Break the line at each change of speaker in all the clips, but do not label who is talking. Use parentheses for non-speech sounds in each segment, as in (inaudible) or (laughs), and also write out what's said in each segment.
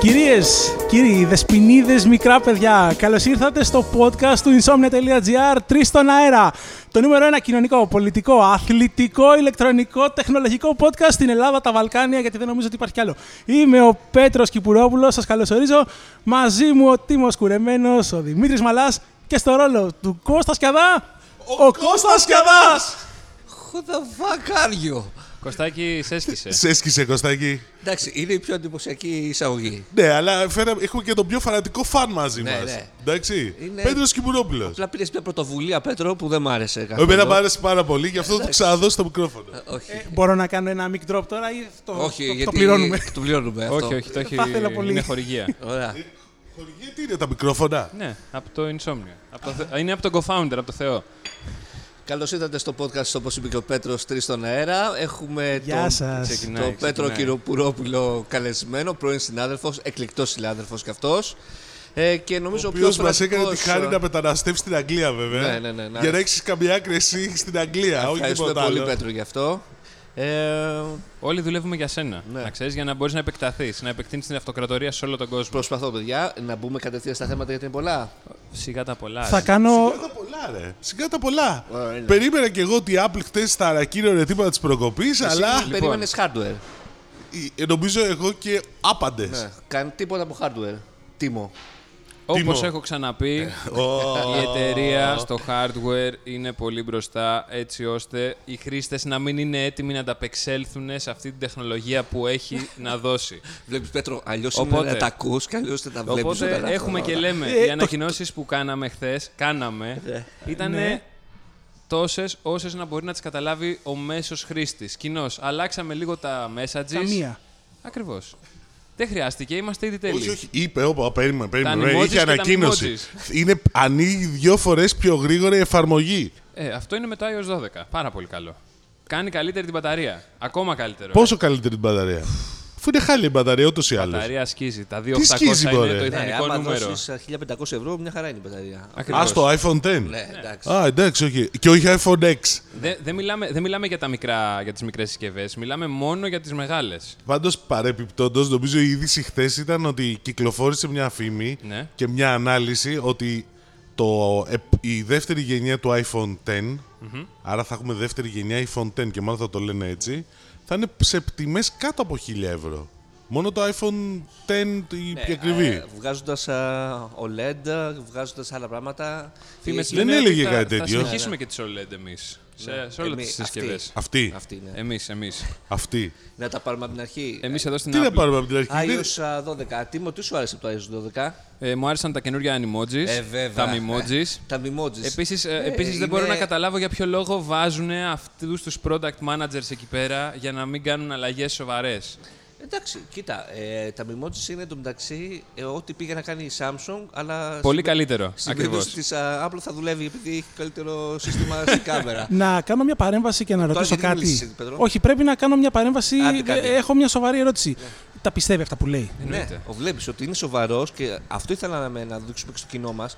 Κυρίες, κύριοι, δεσποινίδες, μικρά παιδιά, καλώς ήρθατε στο podcast του insomnia.gr 3 στον αέρα. Το νούμερο ένα κοινωνικό, πολιτικό, αθλητικό, ηλεκτρονικό, τεχνολογικό podcast στην Ελλάδα, τα Βαλκάνια, γιατί δεν νομίζω ότι υπάρχει κι άλλο. Είμαι ο Πέτρος Κυπουρόπουλος, σας καλωσορίζω. Μαζί μου ο Τίμος Κουρεμένος, ο Δημήτρης Μαλάς και στο ρόλο του Κώστας Σκιαδά, ο, Κώστας Σκιαδάς.
Who the fuck are you?
Κωστάκι, σε έσκησε.
Σε έσκησε, Κωστάκη.
Εντάξει, είναι η πιο εντυπωσιακή εισαγωγή.
Ναι, αλλά φέρα, έχουμε και τον πιο φανατικό φαν μαζί
Ναι,
μας.
ναι.
Εντάξει.
Είναι-
Πέτρος Κυπουρόπουλος.
Απλά πήρες μια πρωτοβουλία, Πέτρο, που δεν μ' άρεσε καθόλου.
Εμένα μου άρεσε πάρα πολύ, γι' αυτό το ξαναδώ στο μικρόφωνο.
Ε, Όχι,
Μπορώ να κάνω ένα mic drop τώρα ή το,
όχι
το- το
γιατί (laughs)
πληρώνουμε.
το πληρώνουμε αυτό.
όχι, όχι, το έχει.
Θα ήθελα πολύ.
Είναι χορηγία.
Ωραία.
Χορηγία τι είναι τα μικρόφωνα.
ναι, από το Insomnia. Από το Θε- Είναι από τον co-founder, από το Θεό.
Καλώς ήρθατε στο podcast, όπως είπε και ο Πέτρος, Τρεις στον αέρα. Έχουμε
Γεια
τον,
σας.
τον
Ξεκινάει,
Πέτρο
ξεκινάει.
Κυροπουρόπουλο καλεσμένο, πρώην συνάδελφος, εκλεκτός συνάδελφος κι αυτός. Ε, και νομίζω
Ο
ο,
οποίος
πιο
μας έκανε τη
φραστικός,
χάρη
ε,
να μεταναστεύσει στην Αγγλία, βέβαια.
Ναι, ναι, ναι, ναι.
Για να έχεις καμιά άκρη εσύ στην Αγγλία, όχι
Ευχαριστούμε
τίποτα
πολύ,
άλλο.
Πέτρο, γι' αυτό. Ε,
Όλοι δουλεύουμε για σένα.
Ναι.
Να ξέρεις για να μπορείς να επεκταθείς, να επεκτείνεις την αυτοκρατορία σε όλο τον κόσμο.
προσπαθώ, παιδιά, να μπούμε κατευθείαν στα θέματα γιατί είναι πολλά.
Σιγά τα πολλά.
Θα
ρε.
κάνω...
Σιγά τα πολλά, ρε. Σιγά τα πολλά.
Ε, είναι.
Περίμενα και εγώ ότι η Apple χτε τα ανακοίνωνε τίποτα της προκοπής, αλλά
Εσύ λοιπόν, περίμενες hardware.
ε, νομίζω εγώ και άπαντες.
Ναι, καν- τίποτα από hardware. Τίμω.
Όπως
Τίμω.
έχω ξαναπεί,
Ε, Ω.
η εταιρεία στο hardware είναι πολύ μπροστά έτσι ώστε οι χρήστες να μην είναι έτοιμοι να ανταπεξέλθουν σε αυτή την τεχνολογία που έχει να δώσει.
Βλέπεις Πέτρο, αλλιώς είναι
Οπότε-
να τα ακούς και αλλιώς δεν τα βλέπεις.
Οπότε έχουμε και λέμε,
Ε,
οι
το-
ανακοινώσεις που κάναμε χθες, κάναμε,
Ναι.
ήταν
Ναι.
τόσες όσες να μπορεί να τις καταλάβει ο μέσος χρήστης. Κοινώς, αλλάξαμε λίγο τα messages.
Τα μία.
Ακριβώς. Δεν χρειάστηκε, είμαστε ήδη τέλειοι.
Όχι, όχι. Είπε, όπα, περίμενε, περίμενε. ρε,
animojis και
Είχε
τα
ανακοίνωση. Είναι, ανοίγει δύο φορές πιο γρήγορα η εφαρμογή.
Ε, αυτό είναι με το iOS 12. Πάρα πολύ καλό. Κάνει καλύτερη την μπαταρία. Ακόμα καλύτερο.
Πόσο καλύτερη την μπαταρία. Αφού είναι χάλια η μπαταρία, ούτως ή
Η
άλλως.
μπαταρία σκίζει. Τα 2800
σκίζει,
είναι
μωρέ.
το
Ναι,
ιδανικό νούμερο.
1500 ε, ευρώ, μια χαρά είναι η μπαταρία.
Ακριβώς.
Α το iPhone 10.
Ναι, εντάξει.
Α, εντάξει, όχι. Και όχι iPhone X.
Δεν δεν μιλάμε, δεν μιλάμε για, τα μικρά, για τις μικρές συσκευές, μιλάμε μόνο για τις μεγάλες.
Πάντως, παρεπιπτόντως, νομίζω η είδηση χθες ήταν ότι κυκλοφόρησε μια φήμη
Ναι.
και μια ανάλυση ότι το, επ- η δεύτερη γενιά του iPhone 10, άρα θα έχουμε δεύτερη γενιά iPhone 10 και μάλλον θα το λένε έτσι, θα είναι σε τιμές κάτω από 1000 ευρώ. Μόνο το iPhone 10 η πιο ακριβή.
Βγάζοντα Ε, OLED, βγάζοντας άλλα πράγματα.
Φήμες
Ε,
δεν
λένε ότι
έλεγε
θα-
κάτι τέτοιο.
Θα συνεχίσουμε και τις OLED εμείς. Σε, σε όλες
Εμείς,
τις
αυτοί.
συσκευές.
Αυτή.
Αυτή είναι. Ε,
Εμείς, εμείς.
Αυτή.
Να τα πάρουμε από την αρχή.
Εμείς εδώ στην
Τι να
Apple.
πάρουμε από την αρχή. δεν-
iOS α, 12. Τίμω, τι σου άρεσε από το iOS 12.
Ε, μου άρεσαν τα καινούργια emojis, Ε, τα mimojis.
Ε, Τα mimojis.
Επίσης, ε,
Ε,
επίσης
είναι-
δεν μπορώ να καταλάβω για ποιο λόγο βάζουν αυτούς τους product managers εκεί πέρα για να μην κάνουν αλλαγές σοβαρές.
Εντάξει, κοίτα, ε, τα mimojis είναι εντωμεταξύ ε, ό,τι πήγε να κάνει η Samsung, αλλά.
Πολύ
στην-
καλύτερο,
Στην περίπτωση
ακριβώς.
της Apple θα δουλεύει επειδή έχει καλύτερο σύστημα
(laughs)
στην κάμερα.
Να κάνω μια παρέμβαση και να ρωτήσω
γιατί
κάτι.
μίλησες, Πέτρο.
Όχι, πρέπει να κάνω μια παρέμβαση.
Άντε,
Ε,
κάντε.
Έχω μια σοβαρή ερώτηση. Τα πιστεύει αυτά που λέει.
ναι,
Εννοείται.
βλέπεις ότι είναι σοβαρός και αυτό ήθελαμε να δείξουμε και στο κοινό μας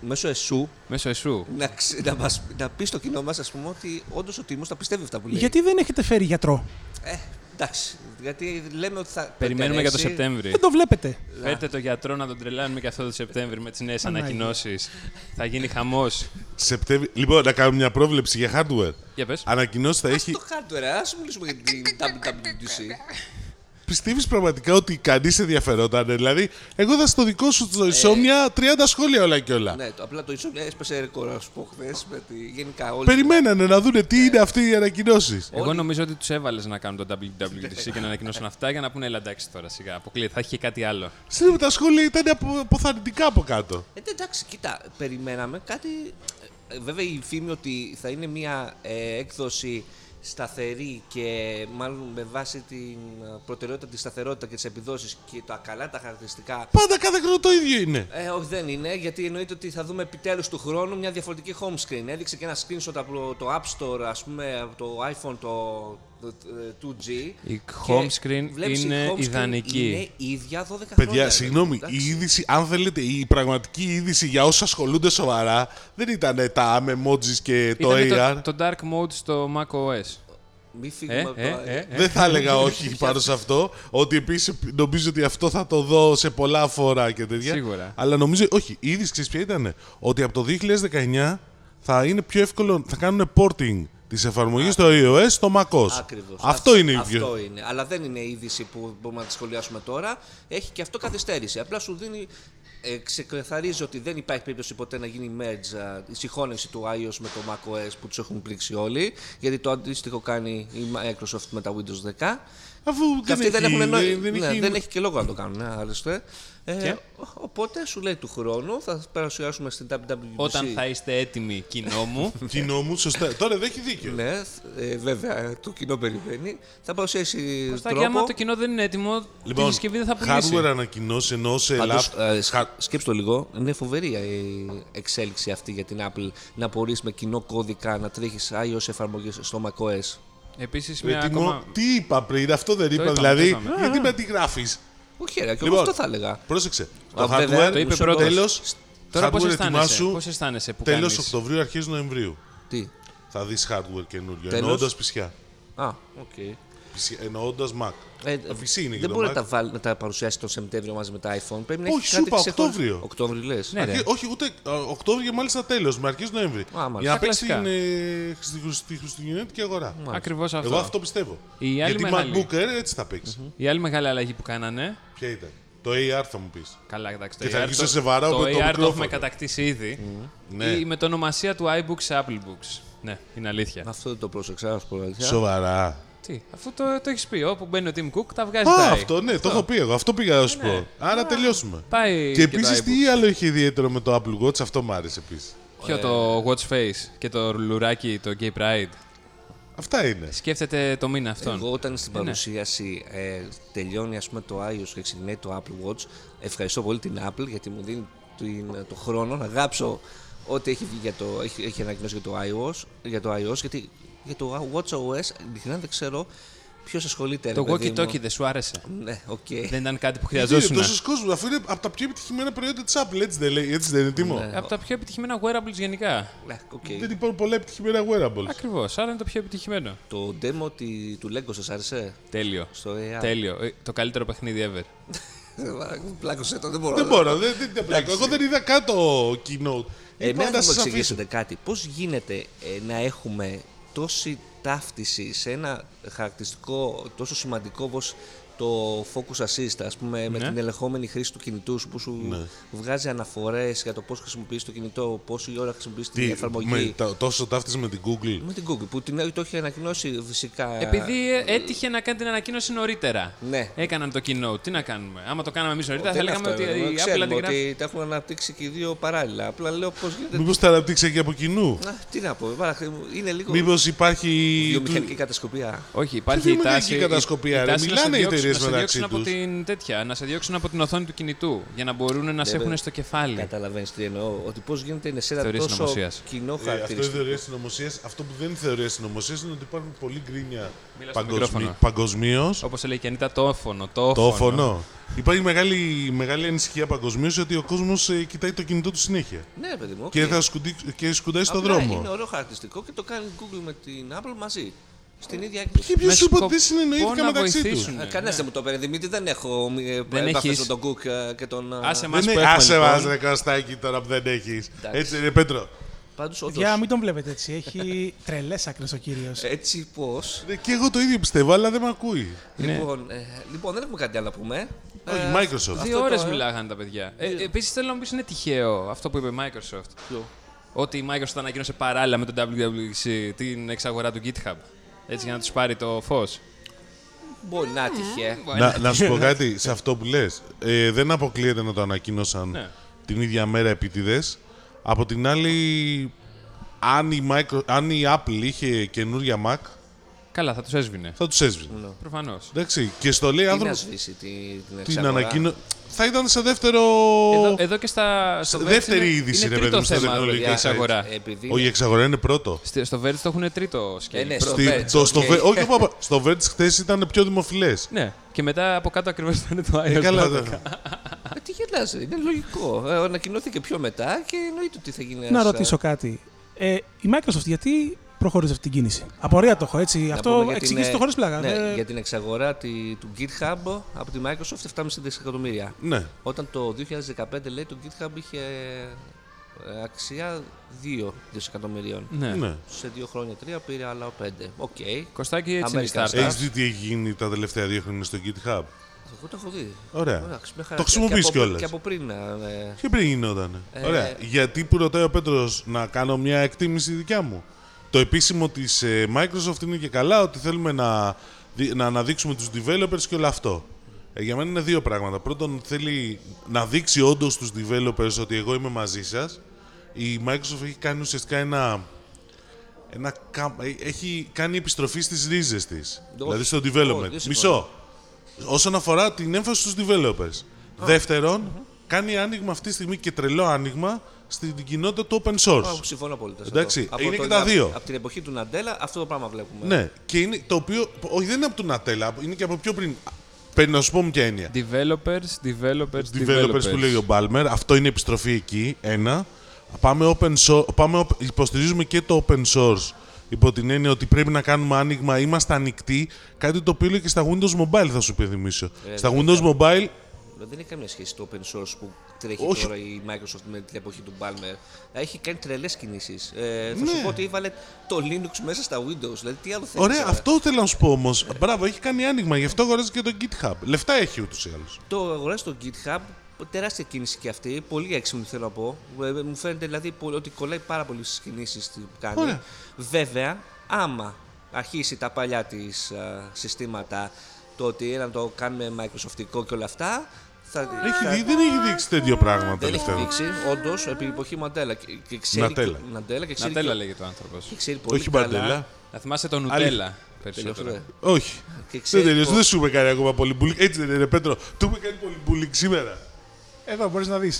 μέσω εσού
Μέσω εσού.
να, ξε- να, μας, να πεις στο κοινό μας, ας πούμε, ότι όντως ο Τίμος τα πιστεύει αυτά που λέει.
Γιατί δεν έχετε φέρει γιατρό.
Ε, εντάξει, γιατί λέμε ότι θα.
Περιμένουμε για το
περάσει.
Σεπτέμβρη.
Δεν το βλέπετε.
Φέρτε το γιατρό να τον τρελάνουμε και αυτό το Σεπτέμβρη με τις νέες
Παναγία.
ανακοινώσεις. Θα γίνει χαμός.
Σεπτέμβρη- Λοιπόν, να κάνουμε μια πρόβλεψη για hardware.
Για πες.
Ανακοινώσεις θα έχει.
Το hardware, ας μιλήσουμε για την (laughs) WWDC.
Πιστεύεις πραγματικά ότι κανείς ενδιαφερόταν. Δηλαδή, εγώ είδα στο δικό σου το Ισόμια 30 σχόλια όλα και όλα.
Ε. Ναι, το, απλά το ίσο έσπασε ρεκόρ, ας πούμε, χθε. Γενικά όλοι.
Περιμένανε να δούνε
Ε.
τι είναι αυτή οι ανακοινώσεις.
Εγώ νομίζω ότι τους έβαλες να κάνουν το WWDC και να ανακοινώσουν αυτά για να πούνε Ελά, εντάξει τώρα σιγά. Αποκλείεται, θα έχει και κάτι άλλο.
Στην τα σχόλια ήταν απο, αποθαρρυντικά από κάτω.
Ε, εντάξει, κοίτα, περιμέναμε κάτι. ε, Βέβαια η φήμη ότι θα είναι μια ε, έκδοση σταθερή και μάλλον με βάση την ε, προτεραιότητα, τη σταθερότητα και τις επιδόσεις και τα καλά τα χαρακτηριστικά
Πάντα κάθε χρόνο το ίδιο είναι.
ε, όχι, δεν είναι, γιατί εννοείται ότι θα δούμε επιτέλους του χρόνου μια διαφορετική home screen. Έδειξε και ένα screenshot από το App Store, ας πούμε, από το iPhone το, το, το 2G.
Η
Και
home screen
βλέπεις, η
είναι
home screen
ιδανική.
Είναι η ίδια 12 χρόνια.
Παιδιά,
ρε,
συγγνώμη,
εντάξει.
η είδηση, αν θέλετε, η πραγματική είδηση για όσους ασχολούνται σοβαρά δεν ήταν τα memojis και το
Ήτανε
AR.
το, το dark mode στο macOS.
Μη
Ε,
φύγουμε
ε,
από το.
ε, ε.
Δεν θα έλεγα
(laughs)
όχι πάνω σε αυτό. Ότι επίσης νομίζω ότι αυτό θα το δω σε πολλά φορά και τέτοια.
Σίγουρα.
Αλλά νομίζω, όχι, η είδηση ξέρεις ποια ήταν. Ότι από το 2019 θα είναι πιο εύκολο, θα κάνουν porting της εφαρμογής στο iOS στο macOS.
Ακριβώς.
Αυτό είναι η
αυτό
πιο.
είναι. Αλλά δεν είναι είδηση που μπορούμε να τη σχολιάσουμε τώρα. Έχει και αυτό καθυστέρηση. Απλά σου δίνει. Ε, ξεκαθαρίζει ότι δεν υπάρχει περίπτωση ποτέ να γίνει merge α, η συγχώνευση του iOS με το macOS που τους έχουν πλήξει όλοι. Γιατί το αντίστοιχο κάνει η Microsoft με τα Windows 10.
Αφού
Και
δεν
αυτοί
έχει,
δεν έχουν νόημα.
δεν- δεν
ναι,
έχει-
δεν έχει και λόγο να το κάνουν, ναι, άλλωστε. Ε, ο- Οπότε σου λέει του χρόνου, θα παρουσιάσουμε στην WWDC.
Όταν θα είστε έτοιμοι, κοινό
(laughs)
μου.
Κοινό μου, σωστά. Τώρα δεν έχει δίκιο.
Ναι, ε, βέβαια, το κοινό περιμένει. Θα παρουσιάσει
Κωστάκη, άμα
τρόπο.
το κοινό δεν είναι έτοιμο, τη συσκευή δεν θα πουλήσει.
Λοιπόν, hardware ανακοινώσει ενώ σε
Πάντως,
Ελλάδα.
ε, σκ- σκέψτε το λίγο, είναι φοβερή η εξέλιξη αυτή για την Apple να μπορείς με κοινό κώδικα να τρέχεις iOS εφαρμογές στο macOS.
Επίσης,
Ρε,
μια
Τιμό,
ακόμα...
Τι είπα πριν, αυτό δεν είπα.
είπαμε,
δηλαδή,
το είπαμε.
γιατί με τη γράφεις.
Όχι, ρε, και εγώ
Λοιπόν.
αυτό θα έλεγα.
Πρόσεξε.
Α,
Το
βέβαια,
hardware
το είπε
πρώτος.
Τέλος.
Τώρα πώς αισθάνεσαι, πώς αισθάνεσαι που
Τέλος
κάνεις.
Οκτωβρίου, αρχέ Νοεμβρίου.
Τι.
Θα δεις hardware καινούριο.
Τέλος.
Εννοώντας πισιά.
Α, οκ.
Εννοώντας Mac.
Ε,
Τα PC είναι και
δεν
το
μπορεί να
Mac.
τα, βάλει, να τα παρουσιάσει τον Σεπτέμβριο μαζί με τα iPhone. Πρέπει να
Όχι,
έχει
σου
κάτι
είπα,
ξεχωριστό.
Οκτώβριο.
Οκτώβριο λες.
Ναι, ρε.
Ε, όχι, ούτε ε, Οκτώβριο και μάλιστα τέλος, με αρχές Νοέμβρη.
μάλιστα.
Για να
Τα
παίξει
κλασικά.
την, ε, στη Χριστου- στη χριστουγεννιάτικη αγορά.
Ακριβώς αυτό.
Εγώ αυτό πιστεύω.
Η άλλη
Γιατί
μεγάλη.
MacBook Air έτσι θα παιξει
Η άλλη μεγάλη αλλαγή που κάνανε.
Ποια ήταν. Το AR θα μου πεις.
Καλά, εντάξει. Το
Και θα
AR
αρχίσω
το-
σε βαράω
το
με το
AR το έχουμε
μικρόφωνο.
κατακτήσει ήδη.
Ναι.
Η μετονομασία του iBooks σε Apple Books. Ναι, είναι αλήθεια.
Αυτό δεν το πρόσεξα, να σου πω αλήθεια.
Σοβαρά.
Τι, αφού το, το έχεις πει, όπου μπαίνει ο Tim Cook τα βγάζει
Α,
τα
αυτό ναι, το έχω πει εγώ. Αυτό πήγα να σου πω. Άρα τελειώσουμε.
Ναι. Πάει
Και
το
επίσης,
iBooks.
τι άλλο είχε ιδιαίτερο με το Apple Watch, αυτό μου άρεσε επίσης.
Ποιο το Watch Face και το λουράκι, το Gay Pride.
Αυτά είναι.
Σκέφτεται το μήνα αυτόν.
Εγώ όταν στην
Ε, ναι.
παρουσίαση ε, τελειώνει ας πούμε το iOS και ξεκινάει το Apple Watch, ευχαριστώ πολύ την Apple γιατί μου δίνει την- το χρόνο να γράψω ό,τι έχει, βγει για το, έχει, έχει ανακοινώσει για το iOS, για το iOS γιατί για το Watch OS ειλικρινά δεν ξέρω ποιος ασχολείται. ρε
Το
παιδί
walkie
μου.
talkie δεν σου άρεσε.
Ναι, οκ.
Δεν ήταν κάτι που
Γιατί είναι
χρειαζόσουν.
τόσος κόσμος, αφού είναι από τα πιο επιτυχημένα προϊόντα της Apple, έτσι δεν, λέει, έτσι δεν είναι τιμό.
Από τα πιο επιτυχημένα wearables γενικά.
Ναι, οκ.
Δεν υπάρχουν πολλά επιτυχημένα wearables.
Ακριβώς, άρα είναι το πιο επιτυχημένο.
Το demo τη- του Lego σας άρεσε
Τέλειο.
στο AR.
Τέλειο. Ε, Το καλύτερο παιχνίδι ever.
(laughs) Πλάκωσε το, δεν μπορώ.
Δεν
να-
μπορώ, δεν, δεν, δεν πλάκω. Εγώ δεν είδα κάτω keynote.
Ε,
Είπα,
Εμένα θα μου
να Λοιπόν, σας αφήσω.
εξηγήσετε κάτι. Πώς γίνεται ε, να έχουμε τόση ταύτιση σε ένα χαρακτηριστικό τόσο σημαντικό όπως το focus assist, ας πούμε,
Ναι.
με την ελεγχόμενη χρήση του κινητού σου που σου βγάζει αναφορές για το πώς χρησιμοποιείς το κινητό, πόση ώρα χρησιμοποιείς την εφαρμογή. Ναι,
με, τα- τόσο ταύτισε με την Google.
Με την Google που την, το έχει ανακοινώσει φυσικά.
Επειδή ε, έτυχε να κάνει την ανακοίνωση νωρίτερα.
Ναι.
Έκαναν το κοινό. Τι να κάνουμε. Άμα το κάναμε εμείς νωρίτερα,
Δεν
θα
είναι
λέγαμε
αυτό,
ότι
εγώ
η Apple
ξέρουμε
αντιγράφει.
ότι τα έχουν αναπτύξει και οι δύο παράλληλα. Απλά λέω πώς γίνεται.
Μήπως τα αναπτύξει και από κοινού.
Α, τι να πω, παραχρή- είναι λίγο
Μήπως υπάρχει.
βιομηχανική κατασκοπία.
Όχι,
Τι
υπάρχει η
δημιουργεί
τάση.
εκεί
η-
κατασκοπία,
η
ρε.
τάση να
Μιλάνε
σε
οι
διώξουν-
εταιρείες
να σε
μεταξύ
διώξουν
τους.
από την τέτοια, να σε διώξουν από την οθόνη του κινητού για να μπορούν
Ναι,
να σε έχουν στο κεφάλι.
Καταλαβαίνεις τι εννοώ. Ότι πώς γίνεται είναι σε ένα
Θεωρίες
τόσο
συνωμοσίας.
κοινό
Ε, αυτό είναι
χαρακτηριστικό.
θεωρία συνωμοσίας. Αυτό που δεν είναι θεωρία συνωμοσίας είναι ότι υπάρχουν πολλοί γκρίνια
Μίλα στο μικρόφωνο.
παγκοσμί- παγκοσμίως.
Όπως λέει και η Ανίτα, τόφωνο. Τόφωνο.
Το φωνό. Υπάρχει μεγάλη, μεγάλη ανησυχία παγκοσμίως ότι ο κόσμος κοιτάει το κινητό του συνέχεια.
Ναι, παιδί μου.
Και,
οκ.
θα σκουντί- και σκουντάει στον
Απλά
δρόμο.
Είναι ωραίο χαρακτηριστικό και το κάνει Google με την Apple μαζί. Στην ίδια έκδοση.
Και ποιο
Με
σου είπε ότι
σκοπό
δεν συνεννοήθηκαν
να
μεταξύ του.
βοηθήσουν. Ναι,
Κανένα δεν μου το παίρνει. Δημήτρη, δεν έχω
Δεν
επαφές
έχεις.
με τον Cook ε, και τον.
Άσε μα
Δεν
που
είναι-
έχουμε,
Άσε
λοιπόν.
μας, ρε Κωστάκη, τώρα που δεν έχεις. Έτσι, ρε Πέτρο.
Πάντως, όντως.
Για μην τον βλέπετε έτσι.
(laughs)
Έχει τρελές άκρες ο κύριος.
Έτσι πώς.
Ε, Και εγώ το ίδιο πιστεύω, αλλά δεν με ακούει.
Ναι.
Λοιπόν, ε, λοιπόν, δεν έχουμε κάτι άλλο να πούμε.
Όχι,
Ε,
Microsoft.
Δύο
Αυτό
ώρε
το, ε.
μιλάγανε τα παιδιά. Ε, Επίσης θέλω να μου πεις είναι τυχαίο αυτό που είπε η Microsoft.
Ποιο?
Ότι η Microsoft ανακοίνωσε παράλληλα με τον WWDC την εξαγορά του GitHub. Έτσι για να τους πάρει το φως.
Μπορεί να ε, τυχαία.
ναι.
Να, να
(laughs)
σου πω κάτι σε αυτό που λες. Ε, δεν αποκλείεται να το ανακοίνωσαν
Ναι.
την ίδια μέρα επίτηδες. Από την άλλη, αν η, Micro, αν η Apple είχε καινούρια Mac,
Καλά, θα τους έσβηνε.
θα τους
Ναι.
έσβηνε.
Προφανώς.
Εντάξει, και στο λέει
Τι να
άνθρωπο.
σβήσει τη- την
Την
εξαγορά.
ανακοίνω... Θα ήταν σε δεύτερο.
Εδώ, εδώ και στα. Στο
Σε
Verge
δεύτερη
είναι-
είδηση,
είναι
ρε
τρίτο
παιδί μου, στα
θέμα
τεχνολογικά
η
sites.
εξαγορά.
Ε, Επειδή
Όχι, η εξαγορά είναι πρώτο.
Στη- Στο Verge το έχουν τρίτο
Ε, ναι,
σκέλο.
στο
Στη-
Verge,
το- στο
οκ.
Ver- Όχι, όπα, όπα, στο Verge χθες ήταν πιο δημοφιλές.
Ναι, και μετά από κάτω ακριβώς ήταν το
Ε,
iOS.
καλά,
12.
δε.
Μα Ε, τι γελάζε, είναι λογικό. Ε, Ανακοινώθηκε πιο μετά και εννοείται ότι θα γίνει.
Να
ένας,
ρωτήσω κάτι. Ε, η Microsoft γιατί προχωρήσει αυτή την κίνηση. Απορία το έχω έτσι.
Να πούμε
Αυτό
για την,
εξηγήσει
ε,
το χωρίς πλάκα.
Ναι,
Δεν-
για την εξαγορά τη- του GitHub από τη Microsoft 7,5 δισεκατομμύρια.
Ναι.
Όταν το 2015 λέει το GitHub είχε ε, αξία 2 δισεκατομμυρίων.
Ναι.
ναι.
Σε δύο χρόνια τρία πήρε άλλα 5. Οκ.
Κωστάκι, έτσι είναι η
Αμερικάνος.
startup.
Έχει δει τι έχει γίνει τα τελευταία δύο χρόνια στο GitHub.
Εγώ το έχω δει.
Ωραία.
Εντάξει, μια χαρά. Και- και
Το χρησιμοποιείς
από-
κιόλας.
Και από πριν. ε,
Και πριν γινόταν. Ωραία. Γιατί που ρωτάει ο Πέτρος να κάνω μια εκτίμηση δικιά μου. Το επίσημο της Microsoft είναι και καλά ότι θέλουμε να, δι- να αναδείξουμε τους developers και όλο αυτό. Ε, για μένα είναι δύο πράγματα. Πρώτον, θέλει να δείξει όντως τους developers ότι εγώ είμαι μαζί σας. Η Microsoft έχει κάνει ουσιαστικά ένα. ένα κα- έχει κάνει επιστροφή στις ρίζες της. Δηλαδή στο
όχι,
development.
δεν συμφωνώ.
Μισό. Όσον αφορά την έμφαση στους developers. δευτερον κάνει άνοιγμα αυτή τη στιγμή και τρελό άνοιγμα στην κοινότητα του open source.
Α, συμφωνώ πολύ.
Εντάξει, είναι και τα δύο.
Από την εποχή του Ναντέλα αυτό το πράγμα βλέπουμε.
Ναι, και είναι το οποίο. Όχι, δεν είναι από τον Ατέλα, είναι και από πιο πριν. Πρέπει να σου πω με ποια έννοια.
Developers, developers,
Developers που λέει ο Balmer, αυτό είναι επιστροφή εκεί. Ένα. Πάμε open source, πάμε, op- υποστηρίζουμε και το open source υπό την έννοια ότι πρέπει να κάνουμε άνοιγμα, είμαστε ανοιχτοί. Κάτι το οποίο λέει και στα Windows Mobile, θα σου υπενθυμίσω. στα Windows Mobile
Δεν έχει καμία σχέση το open source που τρέχει
Όχι.
τώρα η Microsoft με την εποχή του Balmer. Έχει κάνει τρελές κινήσεις. Ε, θα σου πω ότι ήβαλε το Linux μέσα στα Windows. Δηλαδή, τι άλλο θέλεις.
Ναι. Ωραία, αυτό θέλω να σου πω όμως. Μπράβο, έχει κάνει άνοιγμα, γι' αυτό αγοράζει και το GitHub. Λεφτά έχει ούτως ή άλλως.
Το αγοράζει στο GitHub. Τεράστια κίνηση και αυτή. Πολύ έξυπνη θέλω να πω. Ε, Μου φαίνεται δηλαδή πο- ότι κολλάει πάρα πολύ στις κινήσεις που κάνει.
Ωραία.
Βέβαια, άμα αρχίσει τα παλιά της συστήματα, το ότι ε, να το κάνουμε Microsoftικό και όλα αυτά. Θα, θα-
Έχει δει, δεν έχει δείξει τέτοιο πράγμα
Δεν έχει
τελευταία.
δείξει, όντως, επί εποχή Μαντέλα. Και, και ξέρει,
Νατέλα.
Και, Ναντέλα και ξέρει,
Νατέλα
και-
λέγεται ο άνθρωπος.
και ξέρει πολύ
Όχι
καλά.
μπαντέλα.
Θα θυμάσαι τον Νουτέλα
Αλήθεια.
περισσότερο. (laughs)
Τελειώσατε.
Όχι.
Και
Δεν
ξέρει
τελείωσε,
πο-
δεν σου είπε κάνει ακόμα πολύ bullying. Έτσι δεν είναι, Πέτρο. Του είπε κάνει πολύ bullying σήμερα.
Εδώ μπορείς να δεις.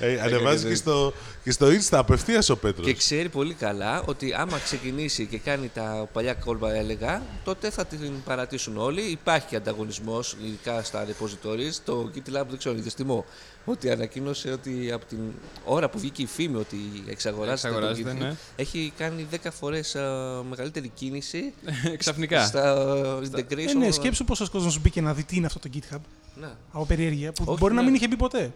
Ε, ανεβάζει και στο, και στο Insta απευθείας ο Πέτρος.
ναι, και ξέρει πολύ καλά ότι άμα ξεκινήσει και κάνει τα παλιά κόλπα έλεγα, τότε θα την παρατήσουν όλοι. Υπάρχει και ανταγωνισμός, ειδικά στα repositories. Το GitLab δεν ξέρω, είδες τιμό. Ότι ανακοίνωσε ότι από την ώρα που βγήκε η φήμη ότι εξαγοράζεται, το
Εξαγοράζεται,
GitLab,
ναι.
έχει κάνει 10 φορέ μεγαλύτερη κίνηση
Ξαφνικά.
στα ε, integration.
Ε, ναι, σκέψου πόσος κόσμος μπήκε να δει τι είναι αυτό το GitHub
Ναι.
από περιέργεια που
Όχι,
μπορεί να
ναι.
μην είχε μπει ποτέ.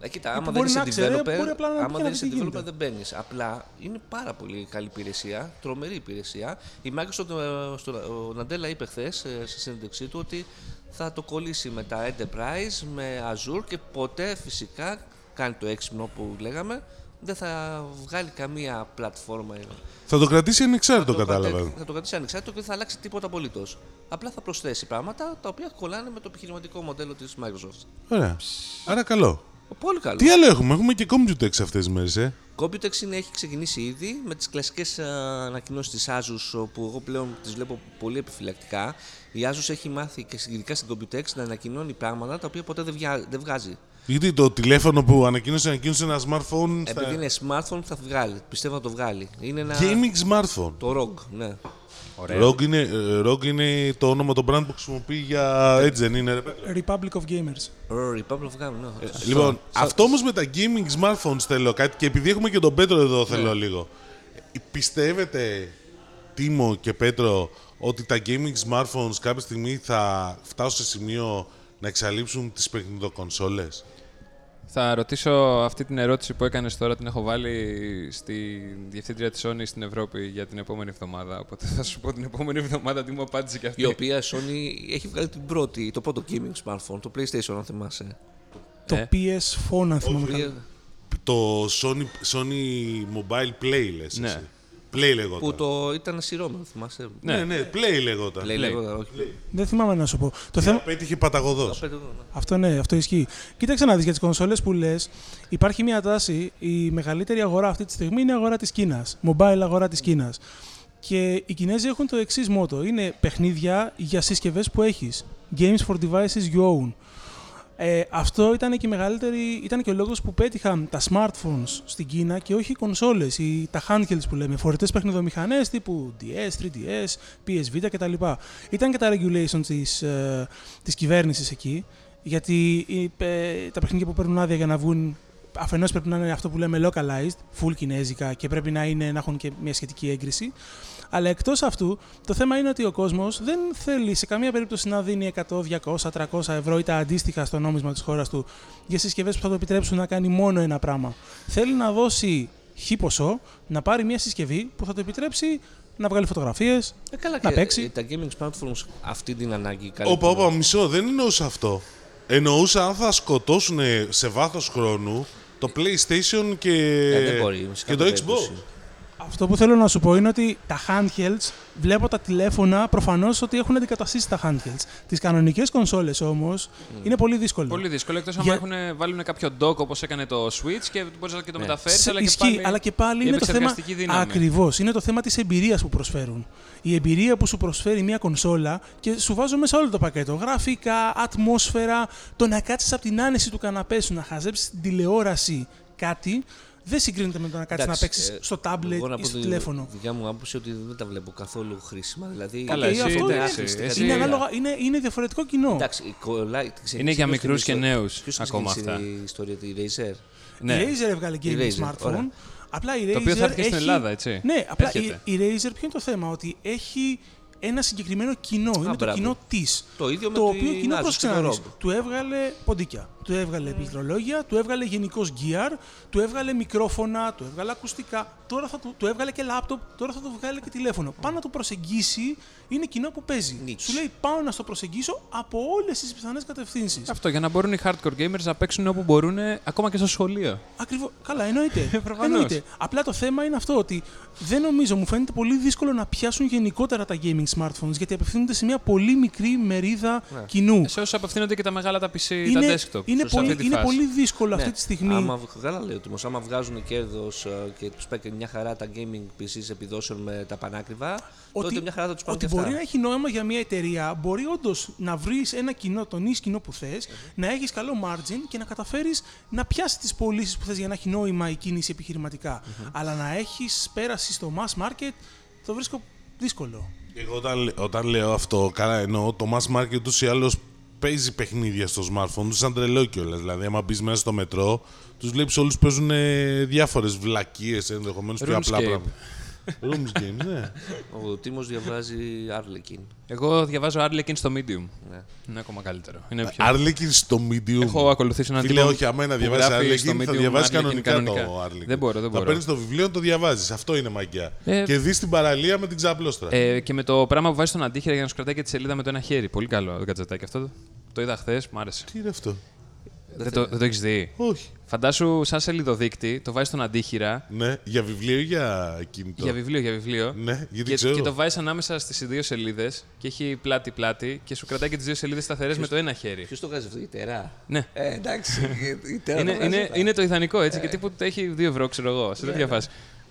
Ε, κοίτα, άμα δεν
μπορεί
είσαι
να ξέρει, ε,
developer,
μπορεί απλά να
άμα
πήγε να
δεν
δει
είσαι
τι γίνεται.
developer δεν μπαίνεις. Απλά είναι πάρα πολύ καλή υπηρεσία, τρομερή υπηρεσία. Η Microsoft, ε, στο, ο Ναντέλα είπε χθες στη συνέντευξή του ότι θα το κολλήσει με τα Enterprise, με Azure και ποτέ φυσικά κάνει το έξυπνο που λέγαμε. Δεν θα βγάλει καμία πλατφόρμα. ε,
Θα το κρατήσει ανεξάρτητο,
το κατε-
κατάλαβα.
Θα το κρατήσει ανεξάρτητο και δεν θα αλλάξει τίποτα απολύτως. Απλά θα προσθέσει πράγματα τα οποία κολλάνε με το επιχειρηματικό μοντέλο της Microsoft.
Ωραία. Άρα καλό.
Πολύ καλό.
Τι άλλο έχουμε, έχουμε και Computex αυτές τις μέρες, ε.
Computex είναι, έχει ξεκινήσει ήδη με τις κλασικές α, ανακοινώσεις της Asus όπου εγώ πλέον τις βλέπω πολύ επιφυλακτικά. Η Asus έχει μάθει και ειδικά στην Computex να ανακοινώνει πράγματα τα οποία ποτέ δεν, βγα- δεν βγάζει.
Γιατί το τηλέφωνο που ανακοίνωσε, ανακοίνωσε ένα smartphone. στα-
Επειδή είναι smartphone θα βγάλει, πιστεύω θα το βγάλει. Είναι ένα...
Gaming smartphone.
Το ROG, ναι.
Ρόγκ είναι, ε, ROG είναι το όνομα των brand που χρησιμοποιεί για έτσι δεν είναι ρε Πέτρο?
Republic of Gamers.
Ρο- Republic of Gamma, ναι.
Λοιπόν, αυτό όμως με τα gaming smartphones θέλω κάτι και επειδή έχουμε και τον Πέτρο εδώ θέλω λίγο. Ε, Πιστεύετε, Τίμο και Πέτρο, ότι τα gaming smartphones κάποια στιγμή θα φτάσουν σε σημείο να εξαλείψουν τις παιχνιδοκονσόλες.
Θα ρωτήσω αυτή την ερώτηση που έκανες τώρα, την έχω βάλει στη διευθύντρια της Sony στην Ευρώπη για την επόμενη εβδομάδα. Οπότε θα σου πω την επόμενη εβδομάδα τι μου απάντησε και αυτή.
Η οποία Sony έχει βγάλει την πρώτη, το πρώτο gaming smartphone, το PlayStation αν θυμάσαι. Ε.
Το PS4, αν θυμάμαι καλά.
Το Sony, Sony Mobile Play λες
Ναι.
εσύ. Play λεγόταν.
Που το ήταν σειρώμενο, θυμάσαι.
Ναι, ναι, Play λεγόταν.
Λέει, λέγοντα, όχι.
Δεν θυμάμαι να σου πω. Το θέμα...
Πέτυχε παταγωδός.
Πέντε, ναι.
Αυτό ναι, αυτό ισχύει. Κοίταξε να δεις για τις κονσόλες που λες. Υπάρχει μια τάση. Η μεγαλύτερη αγορά αυτή τη στιγμή είναι η αγορά της Κίνας. Mobile αγορά της Κίνας. Και οι Κινέζοι έχουν το εξής μότο. Είναι παιχνίδια για συσκευές που έχεις. Games for devices you own. Ε, αυτό ήταν και, η μεγαλύτερη, ήταν και ο λόγος που πέτυχαν τα smartphones στην Κίνα και όχι οι κονσόλες, οι, τα handhelds που λέμε, φορητές παιχνιδομηχανές τύπου DS, 3DS, PS Vita κτλ. Ήταν και τα regulations της, ε, της κυβέρνησης εκεί, γιατί οι, ε, τα παιχνίδια που παίρνουν άδεια για να βγουν Αφενός πρέπει να είναι αυτό που λέμε localized, full κινέζικα και πρέπει να, είναι, να έχουν και μια σχετική έγκριση. Αλλά εκτός αυτού, το θέμα είναι ότι ο κόσμος δεν θέλει σε καμία περίπτωση να δίνει 100, 200, 300 ευρώ ή τα αντίστοιχα στο νόμισμα της χώρας του για συσκευές που θα του επιτρέψουν να κάνει μόνο ένα πράγμα. Θέλει να δώσει χι ποσό, να πάρει μια συσκευή που θα του επιτρέψει να βγάλει φωτογραφίες,
Ε, καλά
να
και, ε,
παίξει.
Τα gaming platforms αυτή την ανάγκη
Όπα,
καλύπτουν.
όπα, μισό, δεν εννοούσα αυτό. Εννοούσα αν θα σκοτώσουν σε βάθος χρόνου το PlayStation και,
Ε, δεν μπορεί, σε
και το
καμία
Xbox.
περίπτωση.
Αυτό που θέλω να σου πω είναι ότι τα handhelds, βλέπω τα τηλέφωνα προφανώς ότι έχουν αντικαταστήσει τα handhelds. Τις κανονικές κονσόλες όμως είναι πολύ δύσκολο.
Πολύ δύσκολο. Εκτός αν
Ναι. Για-
έχουν βάλουν κάποιο dock όπως έκανε το Switch και μπορείς να και το μεταφέρει.
Ναι. Σε-
Αλλά, και
ισχύει,
πάλι
αλλά και πάλι
η
είναι το θέμα.
επεξεργαστική δύναμη.
Ακριβώς. Είναι το θέμα της εμπειρίας που προσφέρουν. Η εμπειρία που σου προσφέρει μια κονσόλα και σου βάζω μέσα όλο το πακέτο. Γραφικά, ατμόσφαιρα, το να κάτσεις από την άνεση του καναπέ σου, να χαζέψεις την τηλεόραση κάτι, δεν συγκρίνεται με το να κάτσει να
Εντάξει,
παίξεις
ε,
στο
εγώ να
τάμπλετ ή
πω
στο
τη
τηλέφωνο.
δικιά μου άποψη ότι δεν τα βλέπω καθόλου χρήσιμα. Δηλαδή,
Καλά,
Ε,
εσύ,
αυτό είναι-
εντάξει,
είναι,
εσύ-
ανάλογα- είναι, είναι διαφορετικό κοινό.
Εντάξει, κολλάει. ξέρεις,
Είναι για
ποιος
μικρούς και
την ιστορία-
νέους
ποιος
ακόμα
ξεκίνησε
αυτά.
Η ιστορία τη Razer.
Η
Ναι.
Razer έβγαλε
Η
gaming
Razer,
smartphone.
ωραία.
Απλά η Razer
οποίο θα έρχεται
έχει...
στην Ελλάδα, έτσι.
Ναι, απλά η,
Έρχεται.
η Razer ποιο είναι το θέμα, ότι έχει ένα συγκεκριμένο κοινό. είναι το
μπράβο.
κοινό της.
Το ίδιο με
το
την
οποίο κοινό
Asus
πρόσεξε
και
να
το
δεις,
ROG.
Του έβγαλε ποντίκια. Του έβγαλε πληκτρολόγια, του έβγαλε γενικώ gear, του έβγαλε μικρόφωνα, του έβγαλε ακουστικά. Τώρα θα του, του έβγαλε και λάπτοπ, τώρα θα του βγάλει και τηλέφωνο. Πάνω να το προσεγγίσει είναι κοινό που παίζει.
Niche.
Σου λέει πάω να στο προσεγγίσω από όλες τις πιθανές κατευθύνσεις.
Αυτό για να μπορούν οι hardcore gamers να παίξουν όπου μπορούν ακόμα και στο σχολείο.
Ακριβώς. Καλά, εννοείται.
Ε, Προφανώς.
εννοείται. Απλά το θέμα είναι αυτό ότι δεν νομίζω, μου φαίνεται πολύ δύσκολο να πιάσουν γενικότερα τα gaming smartphones γιατί απευθύνονται σε μια πολύ μικρή μερίδα
Ναι.
κοινού.
Σε όσους απευθύνονται και τα μεγάλα τα PC, τα
Είναι,
Ε, desktop.
είναι,
σε
πολύ,
αυτή τη
είναι
φάση.
πολύ δύσκολο αυτή
Ναι.
τη στιγμή.
Άμα, βγ- καλά λέει ο Τίμος, άμα βγάζουν κέρδο και τους παίρνει μια χαρά τα gaming PCs επιδόσεων με τα πανάκριβα, τότε μια χαρά θα τους πάρουν
ότι
και
μπορεί να
αυτά.
έχει νόημα για μια εταιρεία, μπορεί όντως να βρεις ένα κοινό, τον εις κοινό που θες, να έχεις καλό margin και να καταφέρεις να πιάσεις τις πωλήσεις που θες για να έχει νόημα η κίνηση επιχειρηματικά. Αλλά να έχεις πέραση στο mass market, το βρίσκω δύσκολο.
Εγώ όταν, όταν λέω αυτό, καλά εννοώ το mass market τους ή άλλως παίζει παιχνίδια στο smartphone τους σαν τρελό κιόλας. Δηλαδή, άμα μπεις μέσα στο μετρό, τους βλέπεις όλους παίζουν ε, διάφορες βλακίες ενδεχομένως πιο απλά
RuneScape.
πράγματα. Rooms games, ναι.
Ο Τίμος διαβάζει Arlequin.
Εγώ διαβάζω Arlequin στο Medium.
Ναι.
Είναι ακόμα καλύτερο. Είναι πιο...
Arlequin στο medium.
Έχω ακολουθήσει έναν
Φίλε,
τύπο
όχι, αμένα
που
διαβάζει
γράφει στο
Arlequin, θα
Medium
διαβάζει
Arlequin
κανονικά,
κανονικά.
το Arlequin.
Δεν μπορώ, δεν
Θα
μπορώ.
παίρνεις το βιβλίο να το διαβάζεις. Αυτό είναι μαγιά.
Ε,
Και δεις την παραλία με την ξάπλωστρα.
Ε, και με το πράγμα που βάζει στον αντίχειρα για να σου κρατάει και τη σελίδα με το ένα χέρι. Πολύ καλό το κατζατάκι αυτό. Το είδα χθες, μου άρεσε.
Τι είναι αυτό.
Δεν το, δεν το έχεις δει.
Όχι.
Φαντάσου, σαν σελίδοδείκτη, το βάζεις στον αντίχειρα
Ναι, για βιβλίο ή για κινητό.
για βιβλίο, για βιβλίο.
Ναι, γιατί
και,
ξέρω.
και το βάζεις ανάμεσα στις δύο σελίδες και έχει πλάτη-πλάτη και σου κρατάει και τις δύο σελίδες σταθερές με το ένα χέρι.
Ποιος το βγάζει αυτό, η τερά.
Ναι.
Ε, εντάξει, η- η
Ε,
τερά.
Είναι,
το βγάζει
είναι,
αυτά.
είναι το ιδανικό έτσι. Γιατί που έχει δύο ευρώ, ξέρω εγώ,
Ε,
σε τέτοια φάση.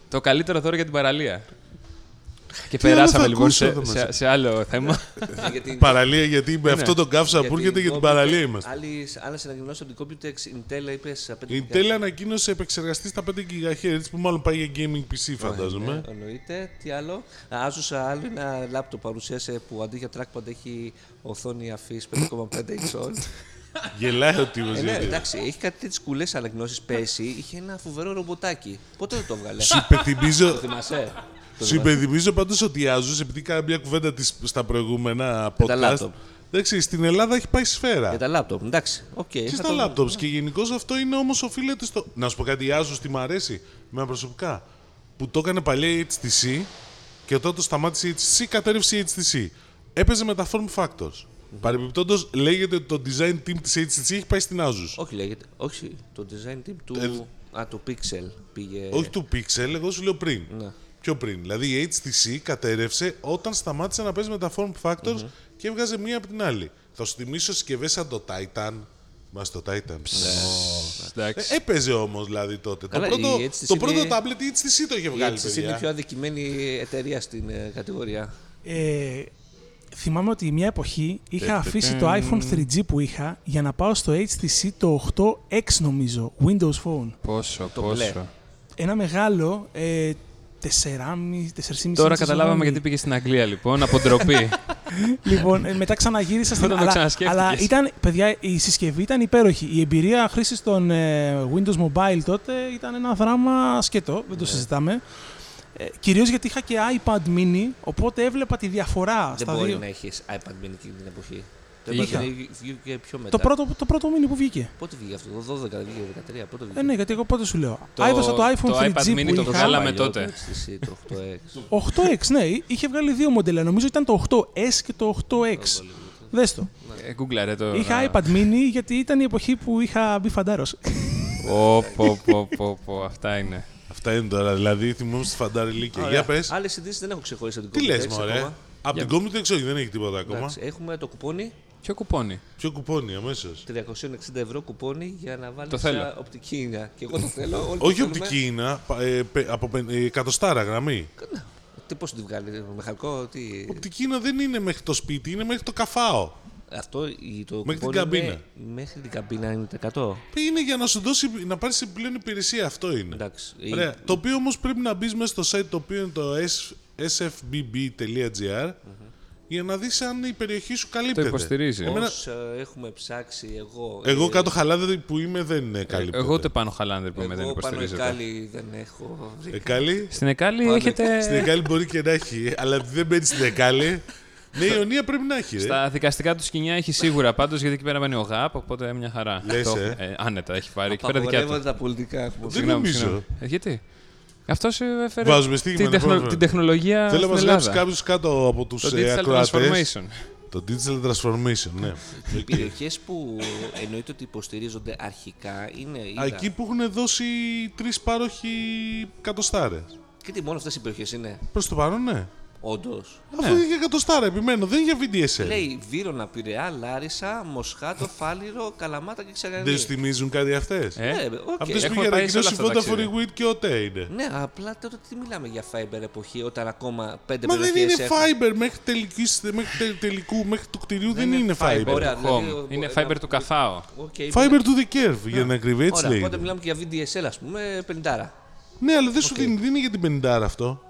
Το καλύτερο δώρο για την παραλία. Και
άλλο
περάσαμε
θα
λοιπόν
ακούσω
σε,
εδώ μέσα.
σε, σε άλλο
(laughs)
θέμα.
Για την-
Παραλία,
Ναι,
γιατί με αυτό τον καύσα που έρχεται για την παραλία είμαστε.
Άλλες ανακοινώσεις από την Computex, Intel είπε σε 5
Η Intel ανακοίνωσε επεξεργαστή στα 5 GHz που μάλλον πάει για gaming PC,
ναι.
φαντάζομαι.
Εννοείται. Τι άλλο. Asus άλλο ένα λάπτο παρουσίασε που αντί για trackpad έχει οθόνη αφής 5,5 inch.
(laughs) Γελάει ο τύπος.
Ε, ναι, εντάξει, έχει κάτι τέτοιες κουλές ανακοινώσεις πέρσι. Είχε ένα φοβερό ρομποτάκι. Πότε δεν το έβγαλε.
Σου υπενθυμίζω,
Θυμάσαι. Το
σου υπενθυμίζω πάντως ότι η Asus, επειδή κάνα μια κουβέντα της στα προηγούμενα
τα
podcast.
laptop.
Εντάξει, στην Ελλάδα έχει πάει σφαίρα.
Για τα λάπτοπ. Εντάξει. οκ,
Και
θα
στα
το- Ναι.
laptops. Και γενικώς αυτό είναι όμως οφείλεται στο. Να σου πω κάτι, η Asus τι μ' αρέσει. Με προσωπικά. Που το έκανε παλιά η HTC και όταν το σταμάτησε η HTC, κατέρευσε η HTC. Έπαιζε με τα form factors. Παρεμπιπτόντως, λέγεται ότι το design team της HTC έχει πάει στην Asus.
Όχι, λέγεται. Όχι, το design team
Ε,
του. Α, το Pixel πήγε.
Όχι του Pixel, εγώ σου λέω πριν.
Ε, Ναι.
Πιο πριν. Δηλαδή η HTC κατέρευσε όταν σταμάτησε να παίζει με τα form factors και έβγαζε μία από την άλλη. Θα σου θυμίσω συσκευές σαν το Titan. Μα το Titan.
Εντάξει.
Ε, έπαιζε όμως δηλαδή τότε.
ναι. Καλά,
το πρώτο,
η HTC
το πρώτο
είναι-
tablet η HTC το είχε
Η
βγάλει.
HTC είναι
παιδιά.
η πιο αδικημένη εταιρεία στην ε, κατηγορία.
Ε, θυμάμαι ότι μια εποχή είχα αφήσει το iPhone 3G που είχα για να πάω στο HTC το 8X νομίζω, Windows Phone.
Πόσο,
Το μπλε.
πόσο.
Ένα μεγάλο, ε, 4,5 4,5
Τώρα
inches
καταλάβαμε
οθόνη.
(laughs)
γιατί πήγε στην Αγγλία λοιπόν, από ντροπή.
λοιπόν, ε, μετά ξαναγύρισα στην
Όταν το
αλλά,
ξανασκέφτηκες.
αλλά ήταν, παιδιά, η συσκευή ήταν υπέροχη. Η εμπειρία χρήσης των ε, Windows Mobile τότε ήταν ένα δράμα σκέτο, δεν το
Ναι.
συζητάμε. Ε, Κυρίως γιατί είχα και iPad mini, οπότε έβλεπα τη διαφορά
Δεν
στα
μπορεί
δύο.
να έχεις iPad mini εκείνη την εποχή. Το
Είχα.
iPad mini βγήκε πιο μετά.
Το πρώτο, το πρώτο mini που βγήκε.
Πότε βγήκε αυτό, το 12, δεν βγήκε 13, πότε βγήκε.
Ε, ναι, γιατί εγώ πότε σου λέω.
Το-
Έδωσα το iPhone
το
3G
iPad mini
που
το
είχα.
βγάλαμε
Παλιό,
τότε.
Το XTC, το 8X.
8X, ναι, είχε βγάλει δύο μοντέλα. Νομίζω ήταν το 8S και το 8X. Δες το.
Ε, Γκούγκλαρε το.
Είχα iPad mini γιατί ήταν η εποχή που είχα μπει φαντάρος. (laughs)
Πω, πω, πω, πω, πω, αυτά είναι.
Αυτά είναι τώρα. Δηλαδή θυμόμαστε στη φανταριλίκια. Για πες.
Άλλες ειδήσεις δεν έχω ξεχωρίσει από την
Τι
Computex
λες, μωρέ.
ακόμα.
Από την κόμη δεν ξέρω, δεν έχει τίποτα ακόμα.
Εντάξει, έχουμε το κουπόνι,
Ποιο κουπόνι.
Ποιο κουπόνι αμέσως.
360 ευρώ κουπόνι για να βάλεις
Το θέλω.
οπτική ίνια. Και εγώ το θέλω. όλοι το
Όχι
θέλουμε.
οπτική είναι, πα- ε, πε- από πεν- ε, εκατοστάρα γραμμή.
Τι πώς την βγάλει, με χαλκό, τι.
Οπτική είναι δεν είναι μέχρι το σπίτι, είναι μέχρι το καφάο.
Αυτό η- το
Μέχρι την
κουπόνι είναι-
καμπίνα.
Μέχρι την καμπίνα είναι τα 100.
Είναι για να σου δώσει, να πάρεις επιπλέον υπηρεσία. Αυτό είναι.
Εντάξει. η-
Ωραία. Το οποίο όμως πρέπει να μπεις μέσα στο site το οποίο είναι το S- sfbb.gr για να δεις αν η περιοχή σου καλύπτεται.
υποστηρίζει.
Εμένα,
Όσα ε, έχουμε ψάξει εγώ.
εγώ
ε,
κάτω χαλάδι που είμαι δεν ε, καλύπτεται.
Εγώ ούτε πάνω χαλάντερ που με δεν
Εγώ πάνω
υποστηρίζετε.
Εκάλη δεν έχω
Ε,
βρει.
Εκάλη.
Στην Εκάλη
Πάνω-
Στην
έχετε.
Εκάλη μπορεί και να έχει, αλλά δεν μπαίνει στην Εκάλη. Ναι, η Ιωνία πρέπει να έχει. ρε.
Στα δικαστικά του σκηνιά έχει σίγουρα πάντως γιατί εκεί πέρα μπαίνει ο ΓΑΠ, οπότε μια χαρά.
Λες,
Το-
ε.
άνετα, έχει πάρει. Εκεί πέρα δικιά
Απαγορεύονται
του.
τα πολιτικά. έχουμε.
Δεν
Συγγνώμη,
νομίζω.
συγγνώμη. Ε, Γιατί. Αυτός έφερε
Βάζουμε στίγμα,
την,
ναι,
τεχνο-
πρόεδρε.
την τεχνολογία
Θέλω να
στην
μα γράψει
Ελλάδα.
κάποιο κάτω από τους
Το digital
ακροατές.
transformation.
Το digital transformation, ναι.
Οι περιοχές που εννοείται ότι υποστηρίζονται αρχικά είναι.
Α,
είδα.
Εκεί που έχουν δώσει τρεις πάροχοι εκατοστάρες.
Και τι μόνο αυτές οι περιοχές είναι,
Προς το παρόν, ναι.
όντως.
Αφού είναι για εκατοστάρα, επιμένω, δεν είναι για VDSL.
Λέει Βύρονα, Πειραιά, Λάρισα, Μοσχάτο, Φάληρο, Καλαμάτα και Ξαγανή.
Δεν σου θυμίζουν κάτι αυτές.
Ε,
Ναι, οκ.
Αυτέ που
έχουμε
είχε
πάει σε όλα
ανακοινώσει η
αυτά τα
Vodafone, η
ταξίδια.
Wit και ΟΤΕ είναι.
Ναι, απλά τότε τι μιλάμε για Fiber εποχή όταν ακόμα πέντε
Μα
περιοχές
δεν είναι
έχουν.
fiber μέχρι, τελικής, μέχρι τε- τελικού, μέχρι του κτηρίου δεν, είναι fiber.
Ωραία, δηλαδή,
Home.
ο-
Είναι
ο-
fiber του Καφάο.
Οκ,
Fiber to the curve, για να ακριβεί, έτσι
Ωραία,
λέει.
οπότε μιλάμε και για VDSL, ας πούμε, 50.
Ναι, αλλά δεν σου δίνει, δεν είναι για την 50 αυτό.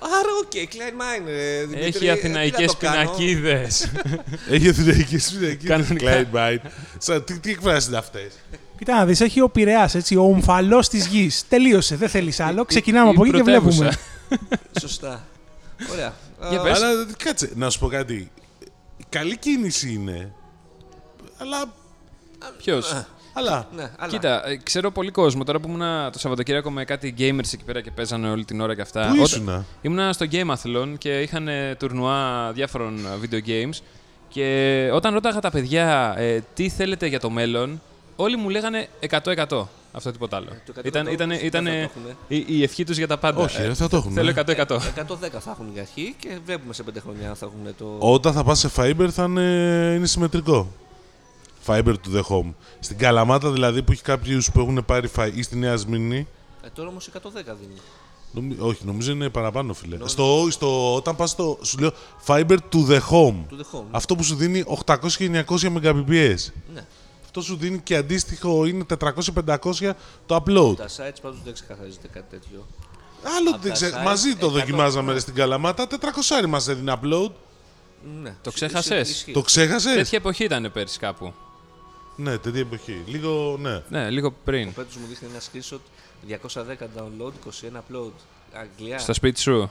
Άρα, οκ, Klein Mine. ε, Δημήτρη, ε, τι
Έχει
να
αθηναϊκέ
το κάνω.
πινακίδες.
Έχει (laughs) αθηναϊκή σπινακή.
Κανονικά.
Klein Bite. Σαν τι, τι εκφράσει είναι αυτές.
Κοίτα να δεις, έχει ο Πειραιάς, έτσι, ο ομφαλός της γης. Τελείωσε, δεν θέλεις άλλο, ξεκινάμε
η
από εκεί και
πρωτεύουσα. (laughs)
βλέπουμε.
Σωστά. Ωραία.
Για
Α,
πες.
Αλλά κάτσε, να σου πω κάτι. Καλή κίνηση είναι. Αλλά.
Ποιος.
αλλά
Ναι, αλλά
Κοίτα, ε, ξέρω πολύ κόσμο τώρα που ήμουνα το Σαββατοκύριακο με κάτι gamers εκεί πέρα και παίζανε όλη την ώρα και αυτά.
Πού
Όταν-
ήσουνα?
Ήμουνα στο Gameathlon και είχαν ε, τουρνουά διάφορων ε, video games. Και όταν ρώταγα τα παιδιά ε, τι θέλετε για το μέλλον, όλοι μου λέγανε 100-100. Αυτό τίποτα άλλο.
Ε, το 100%
Ήταν, ήταν,
δεν θα
ήταν
το
ε,
έχουνε.
η, η ευχή τους για τα πάντα.
Όχι,
Ε,
Ναι.
δεν θα το Ε, έχουν.
Θέλω 100-100.
110 θα έχουν για αρχή και βλέπουμε σε 5 χρόνια αν θα έχουν το.
Όταν θα πας σε fiber θα είναι, είναι συμμετρικό. Fiber to the home. Στην Καλαμάτα δηλαδή που έχει κάποιους που έχουν πάρει φα... ή στη Νέα Σμύρνη.
Ε, τώρα όμως 110 δίνει.
νομι- Όχι, νομίζω είναι παραπάνω, φίλε. Στο, στο, όταν πας στο. Σου λέω fiber to
To
the home.
the home.
Αυτό που σου δίνει 800 και 900 Mbps.
Ναι.
Αυτό σου δίνει και αντίστοιχο είναι 400-500 το upload.
Τα sites πάντως δεν ξεκαθαρίζεται κάτι τέτοιο.
Άλλο δεν
τα
ξέρω.
site,
Μαζί το
100.
δοκιμάζαμε ρε, στην Καλαμάτα. 400 μας έδινε upload.
Ναι.
Το ξέχασες.
Ισχύει.
Το ξέχασες.
Τέτοια εποχή ήταν πέρσι κάπου.
Ναι, τέτοια εποχή. Λίγο, ναι.
Ναι, λίγο πριν.
Φέτο μου δείχνει ένα screenshot 210 download, 21 upload. Αγγλία.
Στο σπίτι σου.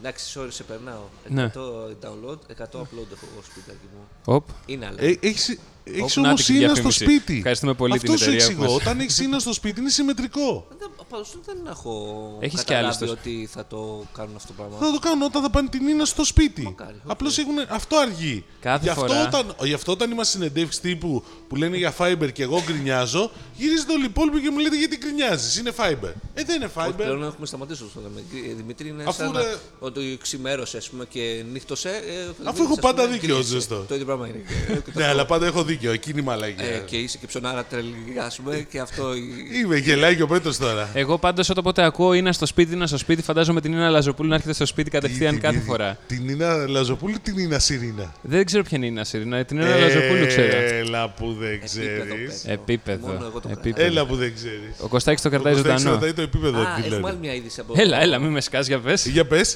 Εντάξει, sorry, σε περνάω. 100
Ναι.
download, 100 upload έχω εγώ σπιτάκι μου.
Οπ.
Είναι άλλο.
Ε, έχεις έχεις
Όπου να
όμως
την
ίνα στο
διαφήμιση.
σπίτι.
Ευχαριστούμε πολύ
Αυτό
την
σου
εταιρεία που
εξηγώ.
μας-
Όταν έχεις ίνα στο σπίτι είναι συμμετρικό.
Πάντως δεν έχω
Έχεις και άλλες
καταλάβει
τόσες.
ότι θα το κάνουν αυτό το πράγμα.
Θα το κάνουν όταν θα πάνε την Ίνα στο σπίτι.
Μακάρι, οκ.
Απλώς έχουν. Αυτό αργεί.
Κάθε
γι, αυτό
φορά-
όταν, γι' αυτό όταν είμαστε συνεντεύξεις τύπου που λένε για fiber και εγώ γκρινιάζω, γυρίζετε όλοι οι υπόλοιποι και μου λέτε γιατί γκρινιάζεις. Είναι fiber. Ε, δεν είναι
Ότι
fiber.
Πλέον έχουμε σταματήσει αυτό το λέμε. Ε, Δημήτρη, είναι
Αφού
σαν να-
ρε-
ότι ξημέρωσε ας πούμε, και νύχτωσε. ε, Δημήτρη,
έχω
ας
πάντα
πούμε,
δίκιο,
κρίνεσαι.
ζεστό.
Το ίδιο πράγμα είναι. και- και το-
Ναι, αλλά πάντα έχω δίκιο. Εκείνη η μαλαγία.
ε, και είσαι και ψωνάρα τρελή, ας πούμε, και αυτό. η-
Είμαι γελάει και ο Πέτρος τώρα.
Εγώ πάντως όποτε ακούω είναι στο σπίτι, είναι στο σπίτι, φαντάζομαι την Ινα Λαζοπούλου να έρχεται στο σπίτι κατευθείαν
Την-
κάθε
την-
φορά.
Την Ίνα Λαζοπούλη, την Ίνα Σιρήνα. Ε,
Δεν ξέρω ποια είναι η Ινα Σιρήνα, Ε, την Ινα Λαζοπούλου
Ε,
ξέρω.
Έλα που δεν
Επίπεδο,
ξέρεις.
Πέτρο. Μόνο
Επίπεδο.
εγώ το
επίπεδο.
Έλα που δεν ξέρεις.
Ο Κωστάκης το κρατάει
Κωστάκης
ζωντανό.
κρατάει το επίπεδο.
Α,
δηλαδή.
έχουμε άλλη μια είδηση από.
Έλα, έλα, μην με σκάς για πες.
Για πες.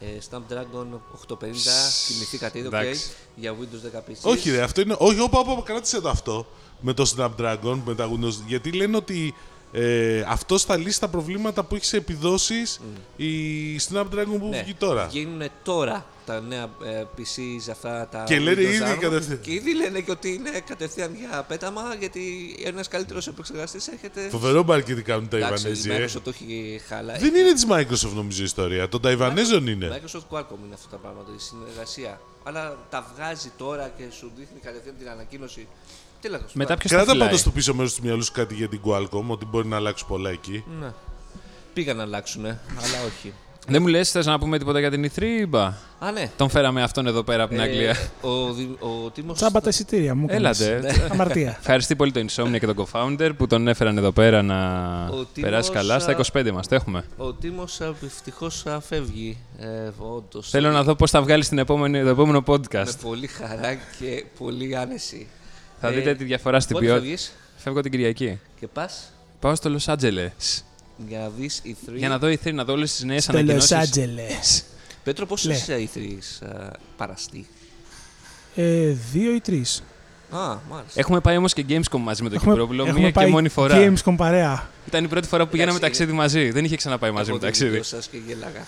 Ε, Snapdragon 850, κοιμηθήκατε ήδη, οκ,
Εντάξει.
για Windows 10 PC.
Όχι, ρε, αυτό είναι. Όχι, όπα, όπα, κράτησε το αυτό με το Snapdragon, με τα Windows. Γιατί λένε ότι ε, αυτός θα λύσει τα προβλήματα που έχεις σε επιδόσεις η Snapdragon που
Mm. Ναι.
βγει τώρα.
Βγαίνουν τώρα τα νέα ε, PCs αυτά τα.
Και λένε
Windows
ήδη
Armor.
κατευθείαν.
Και ήδη λένε και ότι είναι κατευθείαν για πέταμα γιατί ένας καλύτερος επεξεργαστής έρχεται.
Φοβερό marketing κάνουν τα
Εντάξει, η
Ιβανέζοι. ε.
Microsoft το έχει χαλάει.
Δεν είναι της Microsoft νομίζω η ιστορία. Των Ταϊβανέζων είναι.
Microsoft Qualcomm είναι αυτά τα πράγματα, η συνεργασία. Αλλά τα βγάζει τώρα και σου δείχνει κατευθείαν την ανακοίνωση. Τι λέγα, σου
Μετά
πάει.
ποιο θα
Κράτα
φυλάει.
πάντω στο πίσω μέρος του μυαλού σου κάτι για την Qualcomm, ότι μπορεί να αλλάξει πολλά εκεί.
Πήγαν να αλλάξουν, αλλά όχι.
Δεν μου λες, θες να πούμε τίποτα για την E3 ή μπα.
Α, ναι.
Τον φέραμε αυτόν εδώ πέρα από την Αγγλία.
Ε, ο Δη- ο Τίμος
Τσάμπα τα εισιτήρια μου. έκανες.
Έλατε. (laughs)
Αμαρτία.
Ευχαριστεί πολύ το Insomnia και τον co-founder που τον έφεραν εδώ πέρα να
Ο
περάσει
Τίμος,
καλά. Στα
α,
25 μας το έχουμε.
Ο Τίμος ε, ευτυχώς φεύγει, ε, όντως.
Θέλω να δω πώς θα βγάλεις την επόμενη, το επόμενο podcast.
Με πολύ χαρά και πολύ άνεση.
θα
Ε,
δείτε τη διαφορά στην
πότε θα
ποιότητα.
βγεις
Φεύγω την Κυριακή.
και πας
Πάω στο Los Angeles.
για να δεις η 3.
Για να δω η 3, να δω όλες τις νέες
Το Los
ανακοινώσεις.
Angeles.
Πέτρο, πώς
Ναι.
Λέ.
είσαι η 3 παραστή.
Ε, δύο ή τρεις.
Α, μάλιστα.
Έχουμε πάει όμως και Gamescom μαζί με το Κυπρόβουλο μία και
πάει
μόνη φορά.
Gamescom παρέα.
Ήταν η πρώτη φορά που πηγαίναμε
Εντάξει,
ταξίδι μαζί. Δεν είχε ξαναπάει μαζί
Εγώ
με
το
ταξίδι.
βίντεο σας και γέλαγα.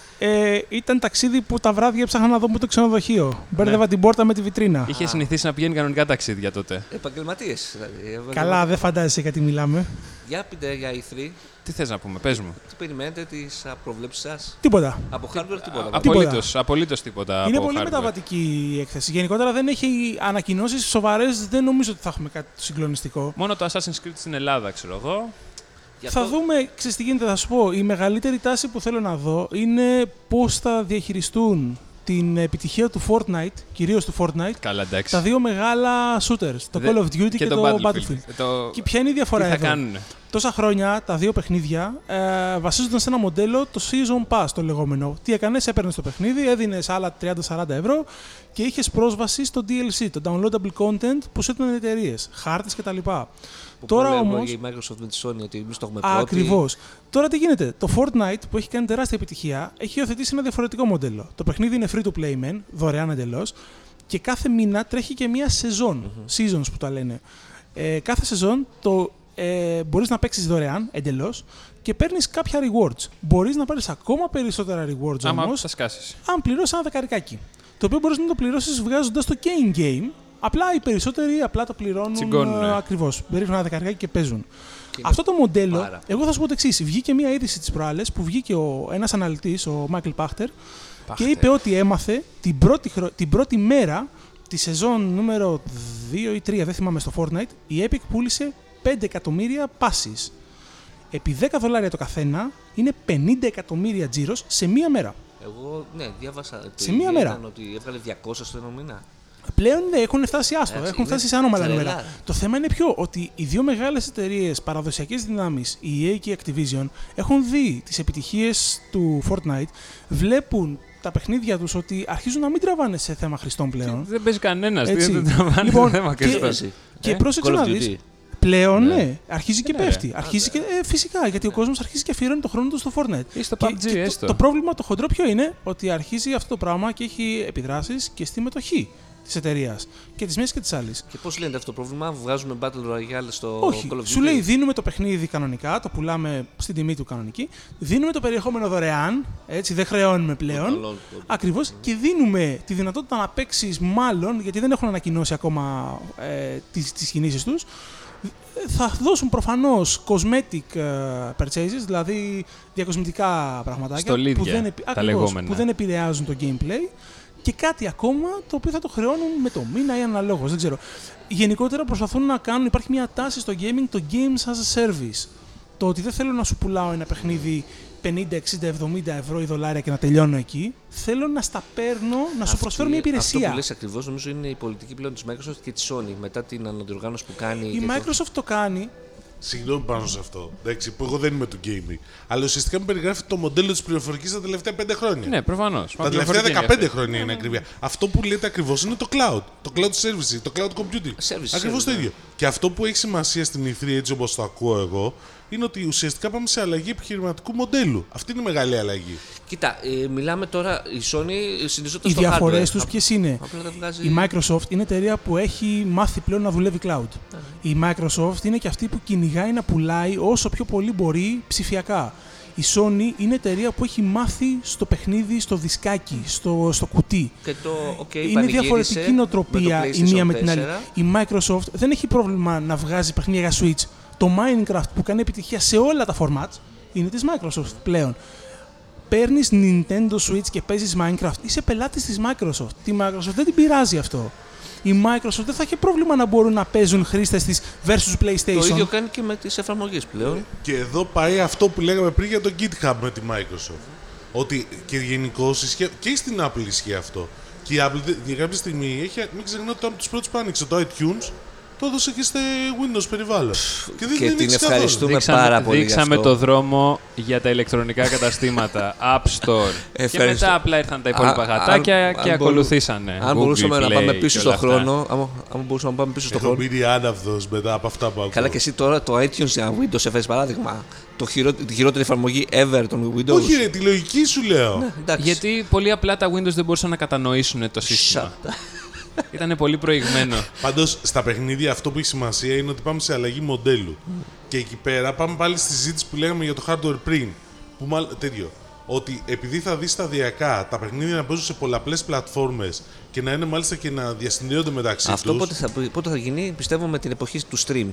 Ε, ήταν ταξίδι που τα βράδια έψαχνα να δω μου το ξενοδοχείο. Μπέρδευα την πόρτα με τη βιτρίνα.
Ναι. Είχε συνηθίσει να πηγαίνει κανονικά ταξίδια τότε.
Επαγγελματίες δηλαδή.
Καλά,
επαγγελματίες.
δεν φαντάζεσαι γιατί μιλάμε.
Για πείτε για E3,
Τι θες να πούμε, πες μου.
τι περιμένετε, τις α, προβλέψεις σας.
Τίποτα.
Από hardware τίποτα.
από-
Απολύτω απολύτως τίποτα.
Είναι
από
πολύ
hardware.
μεταβατική η έκθεση. Γενικότερα δεν έχει ανακοινώσεις σοβαρές. Δεν νομίζω ότι θα έχουμε κάτι το συγκλονιστικό.
Μόνο το Assassin's Creed στην Ελλάδα, ξέρω εγώ.
Γι'
Θα
αυτό-
δούμε, ξέρεις τι γίνεται, θα σου πω. Η μεγαλύτερη τάση που θέλω να δω είναι πώς θα διαχειριστούν την επιτυχία του Fortnite, κυρίως του Fortnite,
Καλά, εντάξει.
τα δύο μεγάλα shooters, το
Δε-
Call of Duty και, το Battlefield.
Ε, Το...
Και ποια είναι η
Τι
διαφορά
θα
εδώ.
κάνουν.
Τόσα χρόνια τα δύο παιχνίδια ε, βασίζονταν σε ένα μοντέλο το Season Pass το λεγόμενο. Τι έκανες, έπαιρνες το παιχνίδι, έδινες άλλα 30-40 ευρώ και είχες πρόσβαση στο DLC, το downloadable content που σου έδιναν εταιρείες, χάρτες κτλ.
που
Τώρα
πολέμω
όμω.
για Η Microsoft με τη Sony ότι εμείς το έχουμε πρώτοι.
Ακριβώς. Τώρα τι γίνεται. Το Fortnite που έχει κάνει τεράστια επιτυχία έχει υιοθετήσει ένα διαφορετικό μοντέλο. Το παιχνίδι είναι free to play men, δωρεάν εντελώς. Και κάθε μήνα τρέχει και μία σεζόν. Seasons που τα λένε. Ε, κάθε σεζόν το ε, μπορείς να παίξεις δωρεάν εντελώς και παίρνεις κάποια rewards. Μπορείς να πάρεις ακόμα περισσότερα rewards όμω
Άμα θα σκάσεις.
αν πληρώσεις ένα δεκαρικάκι. Το οποίο μπορείς να το πληρώσεις βγάζοντας το game game. Απλά οι περισσότεροι απλά το πληρώνουν
Τσιγκώνουνε.
ακριβώς. Περίπου ένα δεκαρικάκι και παίζουν. Αυτό το μοντέλο,
πάρα.
εγώ θα σου πω το εξής. Βγήκε μία είδηση της προάλλες που βγήκε ο, ένας αναλυτής, ο Μάικλ Πάχτερ, και είπε ότι έμαθε την πρώτη, χρο- την πρώτη μέρα της σεζόν νούμερο 2 ή 3, δεν θυμάμαι στο Fortnite, η Epic πούλησε 5 εκατομμύρια passes. Επί 10 δολάρια το καθένα είναι 50 εκατομμύρια τζίρος σε μία μέρα.
Εγώ, ναι, διάβασα. το
Σε μία
ίδιο
μέρα.
ήταν Ότι έβγαλε 200 στο ένα μήνα.
Πλέον ναι, έχουν φτάσει άστο,
Έτσι,
έχουν
είναι
φτάσει σε άνομαλα
τρελά.
νούμερα. Το θέμα είναι ποιο, ότι οι δύο μεγάλες εταιρείες παραδοσιακές δυνάμεις, η EA και η Activision, έχουν δει τις επιτυχίες του Fortnite, βλέπουν τα παιχνίδια τους ότι αρχίζουν να μην τραβάνε σε θέμα χρηστών πλέον.
Δεν παίζει κανένας.
Έτσι.
Δεν τραβάνε
Λοιπόν,
θέμα
και-
κρυστός.
Και
Ε,
πρόσεξε
Call of
να
Duty.
δεις. Πλέον, ναι. αρχίζει και
Ναι,
πέφτει.
ρε.
Αρχίζει και, ε, φυσικά, γιατί ο κόσμος αρχίζει και αφιερώνει τον χρόνο του στο Fortnite.
Ή στο
Και-
PUBG,
και το-
έστω.
Το, πρόβλημα το χοντρό ποιο είναι, ότι αρχίζει αυτό το πράγμα και έχει επιδράσεις και στη μετοχή της εταιρείας. Και της μία και της άλλης.
Και πώς λένε αυτό το πρόβλημα, βγάζουμε Battle Royale στο
Όχι,
Call of Duty.
σου λέει δίνουμε το παιχνίδι κανονικά, το πουλάμε στην τιμή του κανονική, δίνουμε το περιεχόμενο δωρεάν, έτσι δεν χρεώνουμε πλέον.
Καλό, το-
Ακριβώς και δίνουμε τη δυνατότητα να παίξεις, μάλλον γιατί δεν έχουν ανακοινώσει ακόμα ε, τις, τις κινήσεις τους, θα δώσουν προφανώς cosmetic ε, purchases, δηλαδή διακοσμητικά πραγματάκια
Στολίδια,
που, δεν, επι-
τα
ακριβώς,
λεγόμενα.
που δεν επηρεάζουν το gameplay και κάτι ακόμα το οποίο θα το χρεώνουν με το μήνα ή αναλόγως, δεν ξέρω. Γενικότερα προσπαθούν να κάνουν, υπάρχει μια τάση στο gaming, το games as a service. Το ότι δεν θέλω να σου πουλάω ένα παιχνίδι 50, 60, 70 ευρώ ή δολάρια και να τελειώνω εκεί. Θέλω να στα παίρνω, να σου
Αυτή-
προσφέρω μια
Αυτό
υπηρεσία.
που λες ακριβώς νομίζω είναι η πολιτική πλέον της Microsoft και της Sony μετά την αναδιοργάνωση που κάνει.
Η
και το-
Microsoft το κάνει
Συγγνώμη πάνω σε αυτό. Εντάξει, που εγώ δεν είμαι του gaming. Αλλά ουσιαστικά μου περιγράφει το μοντέλο της πληροφορικής τα τελευταία 5 χρόνια.
Ναι, προφανώς.
Τα τελευταία 15 χρόνια είναι ακριβία. Αυτό που λέτε ακριβώς είναι το cloud. Το cloud service, το cloud computing.
Service,
Ακριβώς
service,
το
ναι.
E ίδιο. Και αυτό που έχει σημασία στην E3, έτσι όπως το ακούω εγώ, είναι ότι ουσιαστικά πάμε σε αλλαγή επιχειρηματικού μοντέλου. Αυτή είναι η μεγάλη αλλαγή.
Κοίτα, ε, μιλάμε τώρα. Η Sony συνδυζόταν
Οι
στο
διαφορές
hardware.
τους
Απ-
ποιες είναι.
Απλά δεν βγάζει.
Η Microsoft είναι εταιρεία που έχει μάθει πλέον να δουλεύει cloud.
Ναι.
Η Microsoft είναι και αυτή που κυνηγάει να πουλάει όσο πιο πολύ μπορεί ψηφιακά. Η Sony είναι εταιρεία που έχει μάθει στο παιχνίδι, στο δισκάκι, στο, στο κουτί.
Και το, okay,
είναι
πανηγύρισε
διαφορετική νοοτροπία
με το
η μία
PlayStation
με την άλλη.
4.
Η Microsoft δεν έχει πρόβλημα να βγάζει παιχνίδια για Switch. Το Minecraft που κάνει επιτυχία σε όλα τα formats είναι της Microsoft πλέον. Παίρνεις Nintendo Switch και παίζεις Minecraft. Είσαι πελάτης της Microsoft. Τη Microsoft δεν την πειράζει αυτό. Η Microsoft δεν θα έχει πρόβλημα να μπορούν να παίζουν χρήστες της versus PlayStation.
Το ίδιο κάνει και με τις εφαρμογές πλέον.
Και εδώ πάει αυτό που λέγαμε πριν για το GitHub με τη Microsoft. Ότι και γενικώ ισχύει και στην Apple ισχύει αυτό. Και η Apple δε- για κάποια στιγμή έχει, μην ξεχνάτε ότι από τους πρώτους που άνοιξε το iTunes, το έδωσε και στο Windows περιβάλλον. Και δεν
και την
ανοίξει καθόλου.
ευχαριστούμε. πάρα πολύ γι'
δείξαμε
αυτό.
το δρόμο για τα ηλεκτρονικά
(laughs)
καταστήματα, App Store. και
Ευχαριστώ.
μετά απλά ήρθαν τα υπόλοιπα
Α,
γατάκια
αν-
Ε, και
αν μπορού-
ακολουθήσανε.
Αν
Google
μπορούσαμε να
Play
πάμε
και
πίσω στον
όλα αυτά.
χρόνο. άμα- Αν μπορούσαμε να πάμε πίσω στον
Έχω
χρόνο.
μείνει άναυδος μετά από αυτά που ακούω.
Καλά και εσύ τώρα το iTunes για Windows έφερες παράδειγμα. Το χειρό, τη χειρότερη εφαρμογή ever των Windows.
Όχι, ρε, τη λογική σου λέω.
Εντάξει.
Γιατί πολύ απλά τα Windows δεν μπορούσαν να κατανοήσουν το σύστημα.
Shut up.
Ήταν πολύ προηγμένο.
Πάντως στα παιχνίδια αυτό που έχει σημασία είναι ότι πάμε σε αλλαγή μοντέλου. Και εκεί πέρα πάμε πάλι στη συζήτηση που λέγαμε για το hardware πριν. Που μάλλον τέτοιο. Ότι επειδή θα δεις σταδιακά τα παιχνίδια να παίζουν σε πολλαπλές πλατφόρμες και να είναι μάλιστα και να διασυνδέονται μεταξύ του.
Αυτό πότε θα, πότε θα γίνει, πιστεύω, με την εποχή του stream.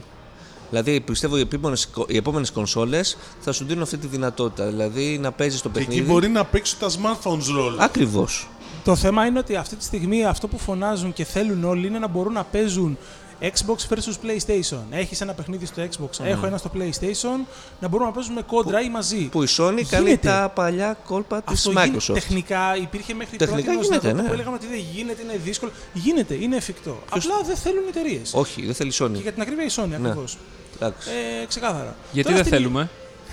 Δηλαδή, πιστεύω οι επόμενες, κο- οι επόμενες κονσόλες θα σου δίνουν αυτή τη δυνατότητα. Δηλαδή, να παίζεις το
Και εκεί
παιχνίδι.
μπορεί να παίξουν τα smartphones ρόλο.
Ακριβώς.
Το θέμα είναι ότι αυτή τη στιγμή αυτό που φωνάζουν και θέλουν όλοι είναι να μπορούν να παίζουν Xbox versus PlayStation. Έχεις ένα παιχνίδι στο Xbox,
Ναι.
έχω ένα στο PlayStation, να μπορούμε να παίζουμε κόντρα ή μαζί.
Που η Sony κάνει
Γίνεται.
τα παλιά κόλπα της
Αυτό γίνει-
Microsoft.
τεχνικά υπήρχε μέχρι
Τεχνικά
πρώτη ως
γίνεται,
δυνατότητα
ναι.
που έλεγαμε ότι δεν γίνεται, είναι δύσκολο. Γίνεται, είναι εφικτό. Απλά δεν θέλουν εταιρείες.
Όχι, δεν θέλει η Sony.
Και για την ακρίβεια η Sony
Ναι.
ακριβώς.
Εντάξει.
Ε, ξεκάθαρα.
Γιατί
Τώρα
δεν
στην-
θέλουμε.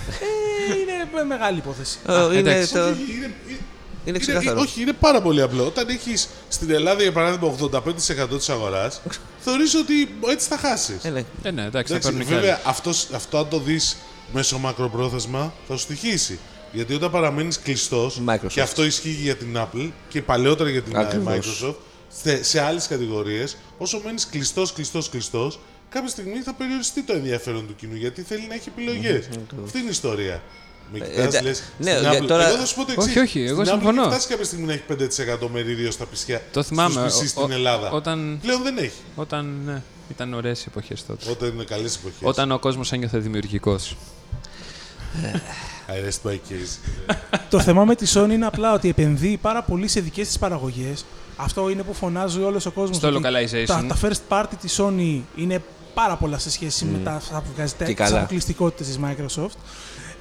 Ε, είναι με- μεγάλη υπόθεση.
Ε, είναι,
εντάξει.
το-
Όχι, είναι-
είναι
Είναι,
ξεκάθαρο.
όχι, είναι πάρα πολύ απλό. Όταν έχεις στην Ελλάδα για παράδειγμα 85% της αγοράς,
(laughs)
θεωρείς ότι έτσι θα χάσεις.
Ε, ναι.
Ε, ναι, εντάξει, θα
Εντάξει,
παίρνουν και άλλοι.
βέβαια, αυτός, αυτό αν το δεις μέσω μακροπρόθεσμα θα σου στοιχήσει. Γιατί όταν παραμένεις κλειστός,
Microsoft.
και αυτό ισχύει για την Apple και παλαιότερα για την ε,
Ακριβώς.
Microsoft, σε, σε άλλες κατηγορίες, όσο μένεις κλειστός, κλειστός, κλειστός, κάποια στιγμή θα περιοριστεί το ενδιαφέρον του κοινού γιατί θέλει να έχει επιλογές. Αυτή είναι η ιστορία. Με κοιτάς,
εντά-
λες,
ναι,
στην
για
Apple-
τώρα-
Εγώ θα σου πω το εξής.
Όχι, όχι, εγώ
στην Apple
συμφωνώ.
έχει φτάσει κάποια στιγμή να έχει 5% μερίδιο στα πισιά.
Το θυμάμαι,
στους PC
ο-
στην
ο-
Ελλάδα.
όταν-
Πλέον δεν έχει.
Όταν ναι, ήταν ωραίες οι εποχές τότε.
Όταν είναι καλές εποχές.
Όταν ο κόσμος ένιωθε δημιουργικός.
I rest my case.
Το θέμα με τη Sony είναι απλά ότι επενδύει πάρα πολύ σε δικές της παραγωγές. Αυτό είναι που φωνάζει όλος ο κόσμος.
Στο localization.
Τα, τα first party της Sony είναι πάρα πολλά σε σχέση με τα αυτά που βγάζει
Και
τα
καλά.
αποκλειστικότητες της Microsoft.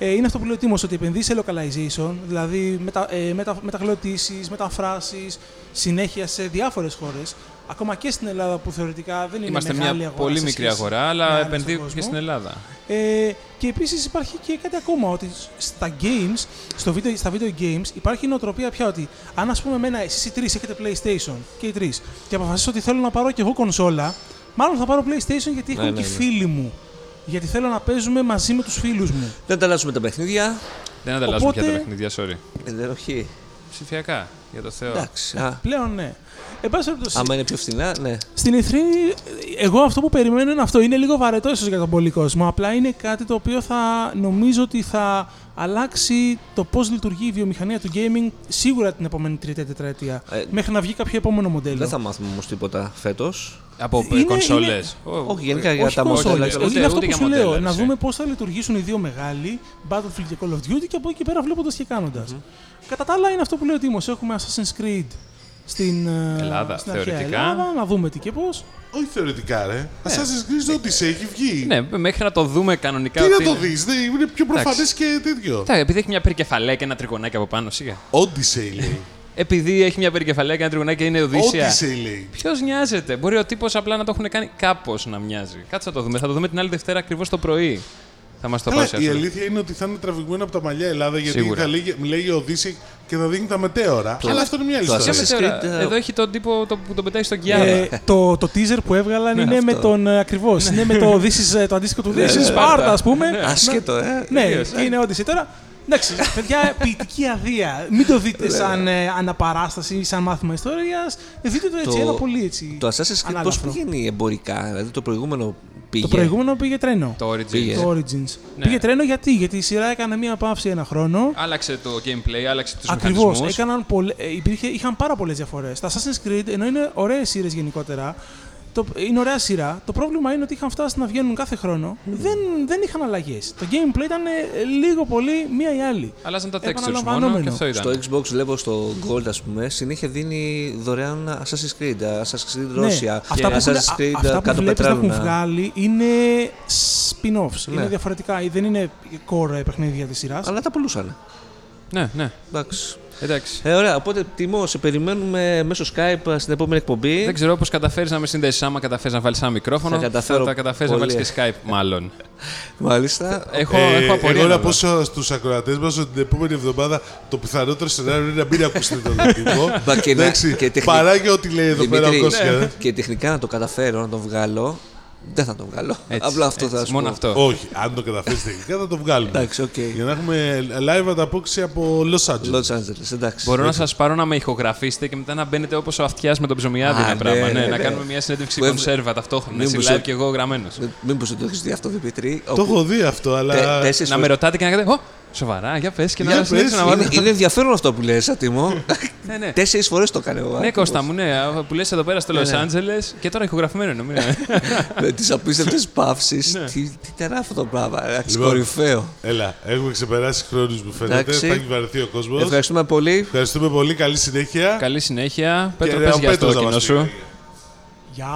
Ε, είναι αυτό που λέει ο Τίμος, ότι επενδύει σε localization, δηλαδή μετα, ε, μετα, μεταγλωτήσεις, μεταφράσεις, συνέχεια σε διάφορες χώρες, ακόμα και στην Ελλάδα που θεωρητικά δεν είναι
Είμαστε μια
μεγάλη αγορά.
πολύ
σε
μικρή
σχέση
αγορά,
με
αλλά
άλλες
επενδύουν
στον
και στην
κόσμο.
Ελλάδα.
Ε, και επίσης υπάρχει και κάτι ακόμα, ότι στα games, στο video, στα video games υπάρχει η νοοτροπία πια ότι αν ας πούμε εμένα εσείς οι τρεις έχετε PlayStation και οι τρεις και αποφασίσω ότι θέλω να πάρω και εγώ κονσόλα, μάλλον θα πάρω PlayStation γιατί έχουν
ναι,
και
ναι.
φίλοι μου. Γιατί θέλω να παίζουμε μαζί με τους φίλους μου.
Δεν ανταλλάσσουμε τα παιχνίδια.
Δεν ανταλλάσσουμε
Οπότε-
πια τα παιχνίδια, sorry.
Ε, δεν- όχι.
Ψηφιακά, για το Θεό.
Εντάξει. Α,
Πλέον ναι. Εν πάση περιπτώσει,
άμα είναι πιο φθηνά, ναι.
Στην E3, εγώ αυτό που περιμένω είναι αυτό. Είναι λίγο βαρετό ίσως για τον πολύ κόσμο. Απλά είναι κάτι το οποίο θα νομίζω ότι θα αλλάξει το πώς λειτουργεί η βιομηχανία του gaming σίγουρα την επόμενη τρίτη-τετραετία.
Ε,
μέχρι να βγει κάποιο επόμενο μοντέλο.
Δεν θα μάθουμε όμως τίποτα φέτος.
Από
Είναι-
κονσόλες.
Όχι, γενικά για
Όχι
τα
κονσόλες.
μοντέλα.
ούτε-
Είναι
ούτε-
αυτό που
ούτε για
σου
μοντέλα,
λέω. Να
έτσι.
δούμε πώς θα λειτουργήσουν οι δύο μεγάλοι, Battlefield και Call of Duty, και από εκεί πέρα βλέποντας και κανοντα Κατά τα άλλα, είναι αυτό που λέει ο Τίμος. Έχουμε Assassin's Creed στην, ε,
Ελλάδα,
στην αρχαία
θεωρητικά.
Ελλάδα, να δούμε τι και πώς.
Όχι θεωρητικά, ρε.
Ναι. Ε,
Assassin's Creed Odyssey έχει βγει.
Ναι, μέχρι να το δούμε κανονικά.
Τι
ότι
να το
είναι-
δεις, είναι πιο προφανές και τέτοιο.
Κοιτάξτε, επειδή έχει μια περικεφαλαία και ένα τριγωνάκι από πάνω, σιγά.
Odyssey λέει.
Επειδή έχει μια περικεφαλαία και ένα τριγωνάκι και είναι Οδύσσια.
Odyssey λέει.
Ποιος νοιάζεται. Μπορεί ο τύπος απλά να το έχουν κάνει κάπως να μοιάζει. Κάτσε να το δούμε. Θα το δούμε την άλλη Δευτέρα ακριβώς το πρωί. Θα μας το
Καλά, η
παρουσιάσουν.
αλήθεια είναι ότι θα είναι τραβηγμένο από τα μαλλιά Ελλάδα γιατί
Σίγουρα.
θα λέγει, λέγει Οδύση και θα δίνει τα μετέωρα. Αλλά αυτό είναι μια άλλη
Το
ιστορία.
Ποια μετέωρα?
Assassin's Creed, ε,
Εδώ έχει τον τύπο το- που τον πετάει στον Κιάρα.
Ε, το, το teaser που έβγαλαν
Ναι,
είναι με τον ακριβώ. Είναι με το, this is, ε, το αντίστοιχο του
ναι,
This is Sparta, ας πούμε.
Ασχέτο, ε.
Ναι, και είναι όντιση τώρα. Εντάξει, παιδιά, ποιητική αδεία. Μην το
Ναι.
δείτε σαν ε, αναπαράσταση ή σαν μάθημα ιστορίας. Δείτε το έτσι,
Το-
ένα πολύ έτσι.
Το Assassin's Creed πώς
ανάλαφρο.
πηγαίνει εμπορικά, δηλαδή το προηγούμενο πήγε.
Το προηγούμενο πήγε τρένο.
Το Origin.
Πήγε.
Το Origins.
Ναι.
Πήγε τρένο γιατί, γιατί η σειρά έκανε μία παύση ένα χρόνο.
Άλλαξε το gameplay, άλλαξε τους
Ακριβώς.
μηχανισμούς.
Έκαναν πολλε... ε, υπήρχε... είχαν πάρα πολλές διαφορές. Τα Assassin's Creed, ενώ είναι ωραίες σειρές γενικότερα, το... είναι ωραία σειρά. Το πρόβλημα είναι ότι είχαν φτάσει να βγαίνουν κάθε χρόνο. Δεν, δεν είχαν αλλαγές. Το gameplay ήταν ε, λίγο πολύ μία ή άλλη.
Αλλάζαν τα textures μόνο
Επαναλαμβανόμενο.
και αυτό ήταν.
Στο Xbox βλέπω στο Gold, ας πούμε, συνέχεια δίνει δωρεάν Assassin's Creed, Assassin's Creed Russia,
Ναι. Αυτά που, έχουν,
Assassin's
α,
Creed ε,
αυτά που
κάτω
βλέπεις να έχουν
πετράλουνα.
βγάλει είναι spin-offs. Είναι διαφορετικά. Δεν είναι core παιχνίδια της σειράς.
Ναι. Αλλά τα πουλούσαν.
Ναι, ναι.
Εντάξει.
Εντάξει.
Ε, ωραία, οπότε τιμό, σε περιμένουμε μέσω Skype στην επόμενη εκπομπή.
Δεν ξέρω πώ καταφέρεις να με συνδέσεις. Άμα καταφέρεις να βάλεις ένα μικρόφωνο,
Θα καταφέρω
τα καταφέρεις να
πολύ.
βάλει και Skype, μάλλον.
Μάλιστα.
έχω,
Ε,
έχω απορία.
εγώ να
βέβαια.
πω στους ακροατές μας ότι την επόμενη εβδομάδα το πιθανότερο σενάριο είναι να μην ακούσετε
(laughs)
τον τύπο.
Μπα και να-
Εντάξει,
και τεχνη-
παρά και ό,τι λέει εδώ πέρα ο
Δημήτρη,
Κώστας.
ε.
ναι. και τεχνικά να το καταφέρω να τον βγάλω. Δεν θα τον βγάλω.
Έτσι,
Απλά αυτό θα
έτσι,
σου
Μόνο
πω.
αυτό.
Όχι, αν το καταφέρεις τεχνικά θα το βγάλουμε.
Εντάξει, οκ.
Για να έχουμε live ανταπόκριση από Los Angeles.
Los Angeles, εντάξει.
Μπορώ να σας πάρω να με ηχογραφήσετε και μετά να μπαίνετε όπως ο αυτιάς με τον ψωμιάδι.
Α,
ένα
ναι,
πράγμα. Ναι,
ναι,
να
ναι.
κάνουμε μια συνέντευξη
Που έβγα-
κονσέρβα ταυτόχρονα.
Μην
Εσύ
μου
live
σε-
και εγώ γραμμένος.
Μήπω δεν το έχεις δει αυτό, Δημήτρη.
Το
όπου
έχω δει αυτό,
τε-
αλλά.
τέσσερις
Να με
φορές-
ρωτάτε και να λέτε. Ω, σοβαρά, για πες και
Ναι,
Για
να
πες,
συνέχισε να
είναι,
βάλω.
είναι ενδιαφέρον αυτό που λες, Ατιμό.
(laughs) Ναι, ναι.
Τέσσερις φορές το έκανε εγώ.
Ναι,
άκου,
Κώστα μου, ναι, α, που λες εδώ πέρα στο Los
ναι.
Angeles και τώρα ηχογραφημένο
(laughs)
είναι. μην-
Με τις
(laughs)
απίστευτες παύσεις. Τι, τι τεράστιο αυτό το πράγμα. Εντάξει,
Ναι. Λοιπόν.
κορυφαίο.
Έλα, έχουμε ξεπεράσει χρόνους που φαίνεται.
Εντάξει.
Θα έχει βαρεθεί ο κόσμος.
Ευχαριστούμε πολύ.
Ευχαριστούμε πολύ. Καλή συνέχεια.
Καλή συνέχεια.
Και
Πέτρο,
ο
πες για
Πέτρος
το
να μας
κοινό
πει
σου.
κάτι.
Γεια!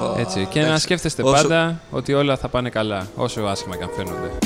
Εφα.
Έτσι. Και να
Εντάξει.
σκέφτεστε
Όσο-
πάντα ότι όλα θα πάνε καλά, όσο άσχημα και αν φαίνονται.